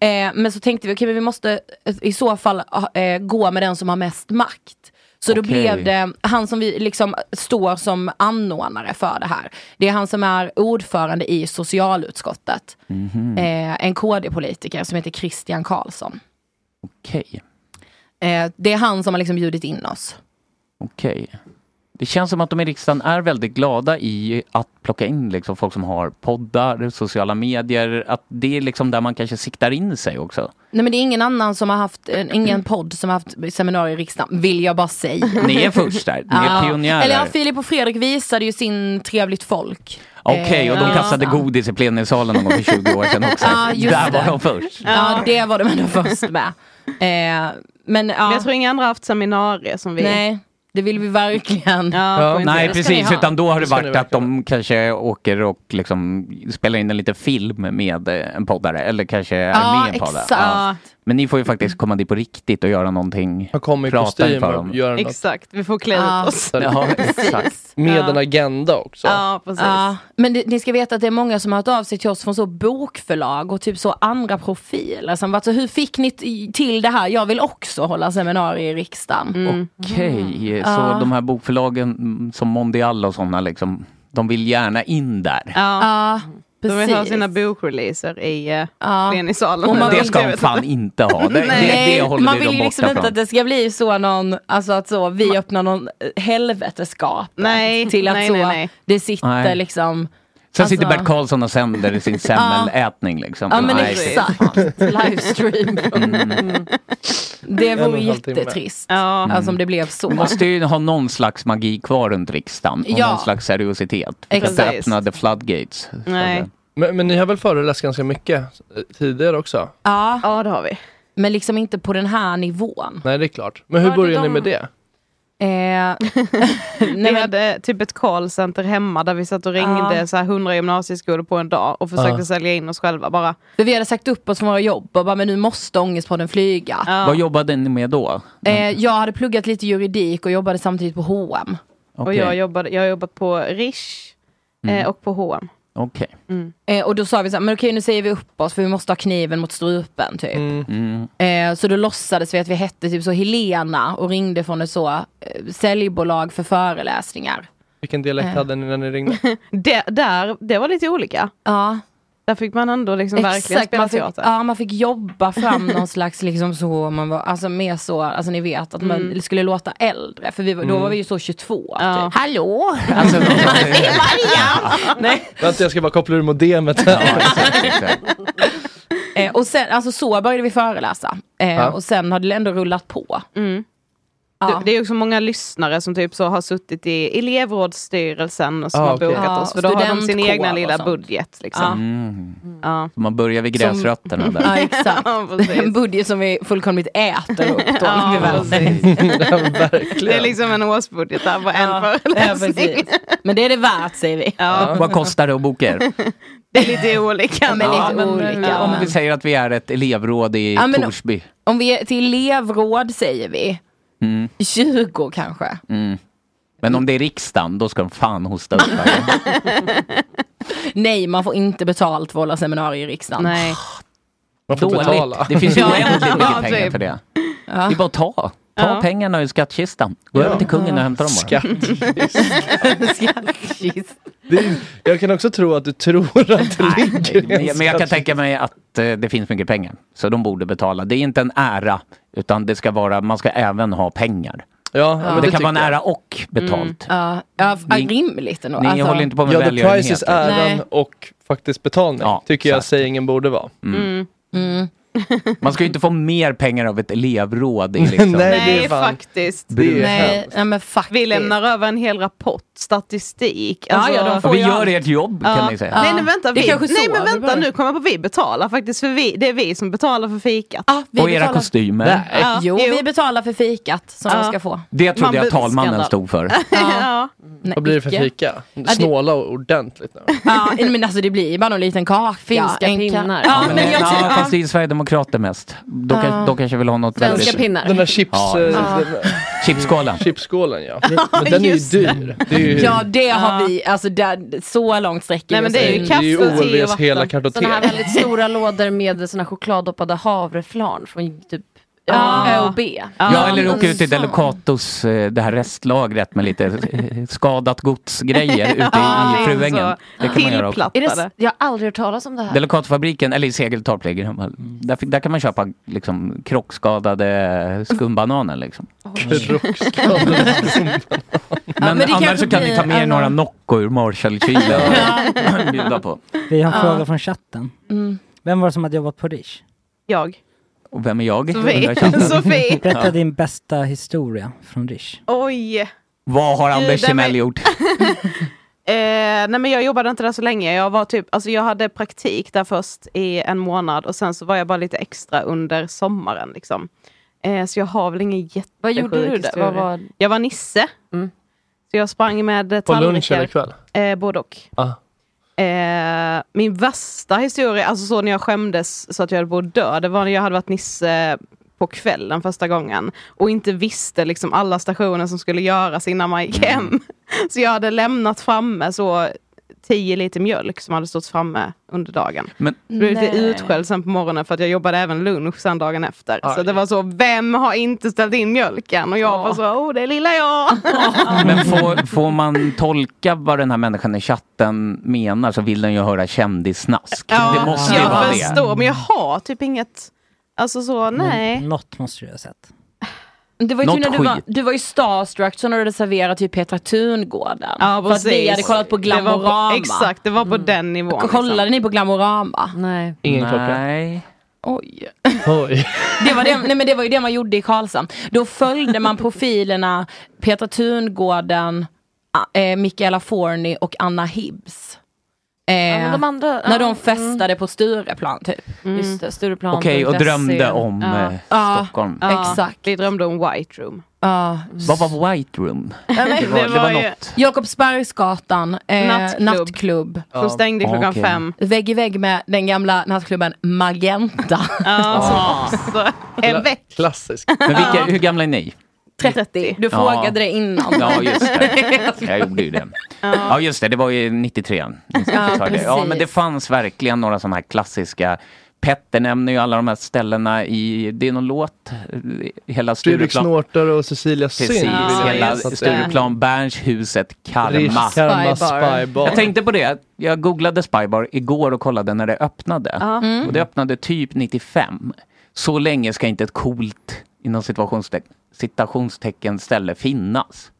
Eh, men så tänkte vi, okej men vi måste eh, i så fall eh, gå med den som har mest makt. Så då Okej. blev det han som vi liksom står som anordnare för det här. Det är han som är ordförande i socialutskottet. Mm-hmm. Eh, en KD-politiker som heter Christian Karlsson. Okej, Eh, det är han som har liksom bjudit in oss. okej. Det känns som att de i riksdagen är väldigt glada i att plocka in liksom folk som har poddar, sociala medier. Att det är liksom där man kanske siktar in sig också. Nej men det är ingen annan som har haft, eh, ingen podd som har haft seminarier i riksdagen, vill jag bara säga. (laughs) Ni är först där, ni är Ja. pionjärer. Eller ja, Filip och Fredrik visade ju sin Trevligt folk. Okej, och de Eh, kastade godis i plenisalen någon gång för 20 år sedan också. (laughs) Ja, just där var det. de först. Ja, det var de ändå först med. Eh, men, ja. jag tror inga andra har haft seminarier som vi. Nej, det vill vi verkligen. Ja, nej precis, utan då har det ska ni varit att de kanske åker och liksom spelar in en liten film med eh, en poddare eller kanske är Ja, med i en poddare. exakt. Ja. Men ni får ju faktiskt komma dit på riktigt och göra någonting. Kom i kostym inför och gör något. Exakt, vi får klä Ja. ut oss. Ja, exakt. Med Ja. en agenda också. Ja, precis. Ja, men det, ni ska veta att det är många som har hört av sig till oss från så bokförlag och typ så andra profiler. Som varit så, hur fick ni t- till det här? Jag vill också hålla seminarier i riksdagen. Mm. Okej, så Ja. de här bokförlagen mm, som Mondial och sådana liksom, de vill gärna in där. Ja, De vill ha precis. sina bokreleaser i uh, plenisalen. Och eller det något, ska jag de vet fan inte ha. Det, det, det håller man vi vill dem ju borta liksom inte från. att det ska bli så någon, alltså att så, vi öppnar någon eh, helveteskap. Nej, till att nej, så, nej, nej. det sitter Nej. liksom. Sen sitter alltså- Bert Karlsson och sänder (laughs) i sin semmelätning liksom. Ja men Nej, exakt. (laughs) Livestream. Mm. Det En och Mm. en vore Mm. halv timme. jättetrist. Alltså om det blev så. Man måste ju ha någon slags magi kvar runt riksdagen och Ja. någon slags seriositet. För att Exakt. det öppna the floodgates. Så att säga. Men, men ni har väl föreläst ganska mycket eh, tidigare också? Ja. ja, det har vi. Men liksom inte på den här nivån. Eh, Nej, det är klart. Men hur Var det började de- ni med det? vi hade typ ett callcenter hemma där vi satt och ringde Ja. så här 100 gymnasieskolor på en dag och försökte Ja. sälja in oss själva bara. För vi hade sagt upp oss från våra jobb och bara, men nu måste ångestpodden flyga. Vad jobbade ni med då? Eh, jag hade pluggat lite juridik och jobbade samtidigt på H&M. Och jag, jobbade, jag har jobbat på Rish Mm. eh, och på H&M. Okej. Eh, och då sa vi så här, men okej nu säger vi upp oss för vi måste ha kniven mot strupen typ. Eh, så då låtsades vi att vi hette typ så Helena och ringde från ett så eh, säljbolag för föreläsningar. Vilken dialekt Eh. hade ni när ni (laughs) ringde? Det, där, det var lite olika. Ja. Där fick man ändå liksom verkligen spela man fick, teater. ja, man fick jobba fram någon slags liksom så, man var, alltså mer så, alltså ni vet att man Mm. skulle låta äldre för vi, var- då Mm. var vi ju så 22. Typ. Hallå! (laughs) (laughs) Nej. Vänta, jag ska bara koppla ur modemet. (laughs) Eh, och sen, alltså så började vi föreläsa. Eh, Ja. Och sen har det ändå rullat på. Mm. Det, det är ju också många lyssnare som typ så har suttit i elevrådsstyrelsen och som Ah, har okej. bokat Ja, oss. För då har de sin studentkår egna och lilla sånt. budget. Liksom. Mm. Ja. Så Man börjar vid gräsrötterna där. Ja, (laughs) exakt. en budget som vi fullkomligt äter upp då. när vi väl Det är liksom en årsbudget där på en föreläsning. men det är det värt säger vi. Ja. Vad kostar det att boka er? Det är lite olika. men lite olika. Om vi säger att vi är ett elevråd i Ja, men- Torsby. Om vi är till elevråd säger vi Mm. 20 kanske. Mm. Men om det är riksdagen, då ska de fan hosta upp här. (laughs) Nej, man får inte betalt för att hålla seminarier i riksdagen. (laughs) Nej. Man får betala. Det (laughs) finns ju Ja, ja. oändligt Ja, mycket pengar typ. för det. Det Ja. är bara att ta. Ta Ja. pengarna ur skattkistan. Gå över till kungen och hämta dem bara. (laughs) Det är, jag kan också tro att du tror att det ligger i Men, en jag- men jag kan skatt. tänka mig att eh, det finns mycket pengar. Så de borde betala. Det är inte en ära, utan det ska vara, man ska även ha pengar. Ja, det, kan vara en ära och betalt. Ja, ja, f- Ni- rimligt ändå. Alltså, ni håller inte på med Mm. Alltså, Ja, the price is välgörenhet. liksom. äran Nej. och faktiskt betalning. tycker jag sägningen borde vara. Mm. Mm. Man ska ju inte få mer pengar av ett (laughs) elevråd. (laughs) Det är liksom... Nej, faktiskt. Det är Nej, hemskt. ja, men faktiskt. Vi lämnar över en hel rapport, statistik. Ja, ja, de får vi ju gör all- ert jobb kan ni säga. alltså- Nej, nej, vänta, Det är vi, kanske så nej men vi vänta börjar. nu kommer jag på vi betalar faktiskt för vi, det är vi som betalar för fikat. Ah, Vi och era betalar- kostymer. Ja. Jo, vi betalar för fikat som Ja. de ska få. Det Man trodde jag blir talmannen skandal. stod för. Ja. Nej, Vad blir det för icke. fika? det- Snåla och (laughs) ordentligt nu. Ja, men alltså det blir bara någon liten kaka. Finska en ka- pinnar. Ja, men jag Ja, tycker... fast det är ju Sverigedemokrater mest. De, kan, Ja. de kanske vill ha något Svenska väldigt- pinnar. Den där chips... Ja. eh, Ja. den- Chipsskålen. Chipsskålen (laughs) ja. Men den är ju Just dyr. Det är ju, Ja det har vi, alltså där, så långt sträcker Nej, men det är ju oss. kaffe, Det är ju te och OLVs vatten. hela kartotek. Sådana här väldigt stora lådor med såna chokladdoppade havreflarn från typ Ja. ja, ÖoB. Ja, eller åka ut till Delicatos, eh, det här restlagret med lite eh, skadat gods-grejer ute Ja, i Fruängen. Det kan man göra också. Är det, s- jag har aldrig hört talas om det här. Delikatfabriken, eller i Segeltorp ligger hemma. Där, fick- där kan man köpa liksom, krockskadade skumbananer. Liksom. Men, men det annars kanske så kan blir ni ta med er alla- några Nocco ur Marshallkylen och bjuda på. Vi har en Ja. fråga från chatten. Mm. Vem var det som hade jobbat på Rish? Jag. (laughs) Och vem är jag? Sofie. Undrar jag. Sofie. Berätta Ja. din bästa historia från Rish. Oj. Eh, Vad har Nej, Anders men- Timell gjort? Eh, nej men jag jobbade inte där så länge. Jag, var typ, alltså jag hade praktik där först i en månad och sen så var jag bara lite extra under sommaren. Liksom. Eh, så jag har väl ingen jättesjuk Vad gjorde du där? historia. Vad var... Mm. Jag var Nisse. Så jag sprang med eh, På tallrikar. lunch eller kväll? Eh, både och. Ah. Eh, min värsta historia, alltså så när jag skämdes så att jag höll på att dö, det var när jag hade varit Nisse på kvällen första gången och inte visste liksom alla stationer som skulle göras innan man gick hem. (laughs) Så jag hade lämnat framme så 10 liter mjölk som hade stått framme under dagen. Men- Blev lite Nej. utskälld sen på morgonen för att jag jobbade även lunch sen dagen efter. Så Aj. det var så, vem har inte ställt in mjölken? Och jag var så, oh det är lilla jag! Men får, får man tolka vad den här människan i chatten menar så vill den ju höra kändissnask. det måste ju jag vara (laughs) förstår, det. men jag har typ inget... Alltså så, Mm. nej. Men något måste du ha sett. Det var ju Något tur när du var, skit. du var ju starstruck så när du hade serverat typ Petra Tungården. Ja, för att vi precis. hade kollat på Det var på- Mm. Glamorama. exakt, det var på den nivån. liksom. Kollade ni på Glamorama? Nej. Ingen klocka. Nej. Oj. Oj. Det var det, nej, men det var ju det man gjorde i Karlshamn. Då följde man profilerna Petra Tungården, eh, Michaela Forni och Anna Hibbs. Eh, men de andra- när ja, mm. de festade på Stureplan typ. Just det, Stureplan. Okej, och drömde om Ja. eh, Ja. Stockholm. Exakt. Vi drömde om White Room. Ja. Vad var White Room? Det var- det var något. Jakobsbergsgatan, eh, Nattklubb. nattklubb. Som stängde klockan Okej. fem. Vägg i vägg med den gamla nattklubben Magenta. Ja, så, en vecka. Klassisk. Men vilka, hur gamla är ni? 30. Du Ja. frågade det innan. Ja, just (laughs) det. Jag gjorde ju det. Ja, just det. Det var ju 93. Ja, Ja, ja, men det precis. fanns verkligen några sådana här klassiska Petter nämner ju alla de här ställena i, det är någon låt, eh, hela Fredrik Stureplan. Snortar och Cecilia Syn. Precis, vill jag hela minnas att det är. Stureplan, Bernshuset, Karma. Rish, Karma, Spybar. Spybar. Jag tänkte på det, jag googlade Spybar igår och kollade när det öppnade. Ja. Mm. Och det öppnade typ 95. Så länge ska inte ett coolt, inom situationste- citationstecken, ställe finnas.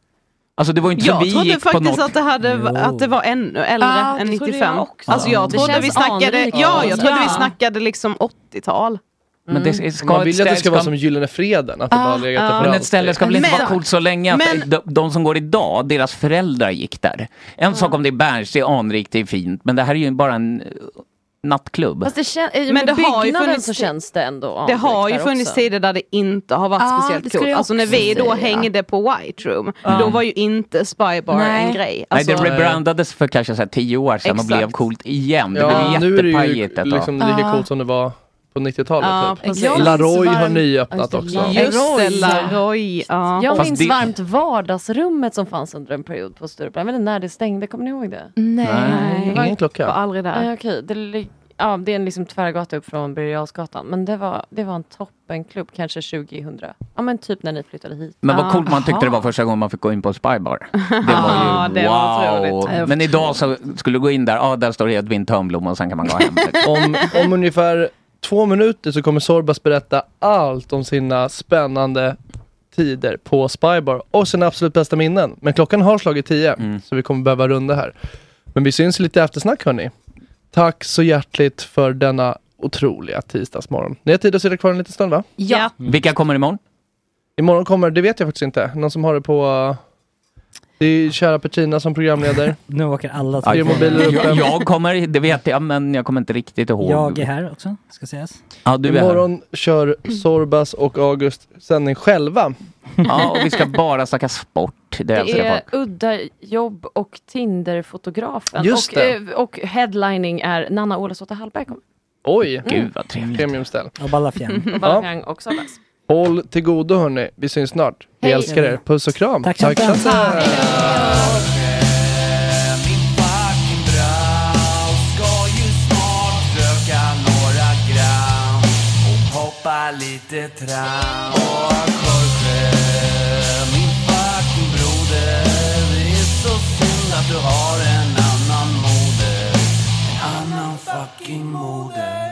Alltså det var ju inte Jag så vi trodde gick på faktiskt något. att det, hade, att det var ännu äldre Ja, än Ah, det trodde 95. jag också. Alltså jag Det trodde känns vi snackade, anrikt. ja, jag trodde vi Ja. snackade liksom 80-tal. Men det ska- ska Mm. Man ett vill ju att det ska ställe- vara som Gyllene Freden, att det bara legat där för Men ett alltid. ställe ska väl inte vara Men- coolt så länge att men- de, de som går idag, deras föräldrar gick där. En sak om det är Berns, det är anrikt, det är fint, men det här är ju bara en eh, nattklubb. Alltså, Fast det kän- i och Men med det har ju byggnaden funnits- så känns det ändå Det har ju funnits tider. tider där det inte har varit Ja, Ah, det speciellt skulle coolt. jag Alltså när också vi då säga. hängde på White Room, Ja. då var ju inte Spybar en grej. Alltså, Nej, det rebrandades för kanske så här tio år sedan och Exakt. blev coolt igen. Det Ja, blev nu är det ju jättepajigt ett tag. liksom lika coolt som det var på 90-talet. Ja, typ. precis. Jag minns Laroy har varmt- nyöppnat Ja, också. Just det, Roy. Laroy. Ja. Jag Fast minns det- varmt vardagsrummet som fanns under en period på Stureplan. Jag vet inte när det stängde, kommer ni ihåg det? Nej. Jag var- Ingen klocka. var aldrig där. Nej, Nej, okej. Det, lig- ja, det är en liksom tvärgata upp från Birger Jarlsgatan. Men det var, det var en toppenklubb, kanske 2000. Ja, men typ när ni flyttade hit. Men vad Ja. coolt man tyckte det var första gången man fick gå in på en (laughs) spybar. Det Ja, var ju det var wow. otroligt. Men idag så skulle du gå in där, ah, där står Edvin Törnblom och sen kan man gå (laughs) hem. om, om ungefär två minuter så kommer Sorbas berätta allt om sina spännande tider på Spybar och sina absolut bästa minnen. Men klockan har slagit tio, Mm. så vi kommer behöva runda här. Men vi syns lite eftersnack hörni. Tack så hjärtligt för denna otroliga tisdagsmorgon. Ni har tid att sitta kvar en liten stund va? Ja. Vilka kommer imorgon? Imorgon kommer, det vet jag faktiskt inte, någon som har det på... uh, Det är kära Petrina (laughs) som programleder. Nu åker alla Tre mobiler uppe. jag, jag kommer, det vet jag, men jag kommer inte riktigt ihåg. Jag är här också, ska sägas. Ja, du är här. Imorgon kör Sorbas och August sändning själva. Ja, och vi ska bara snacka sport. Det, älskar Det jag är folk. udda jobb och Tinder-fotografen. Just och, det. eh, och headlining är Nanna Ålasåta Hallberg. kom- Oj! Gud vad trevligt. Premiumställ. (laughs) Och Ballafjärn. Och Balafang och Sabas. Håll till godo hörni, vi syns snart. Vi Hej. älskar er. Puss och kram. Tack, tack, tack. Ska ju snart röka några gram och hoppa lite tram. Och Jorge, min fucking broder, det är så synd att du har en annan moder. En annan fucking moder.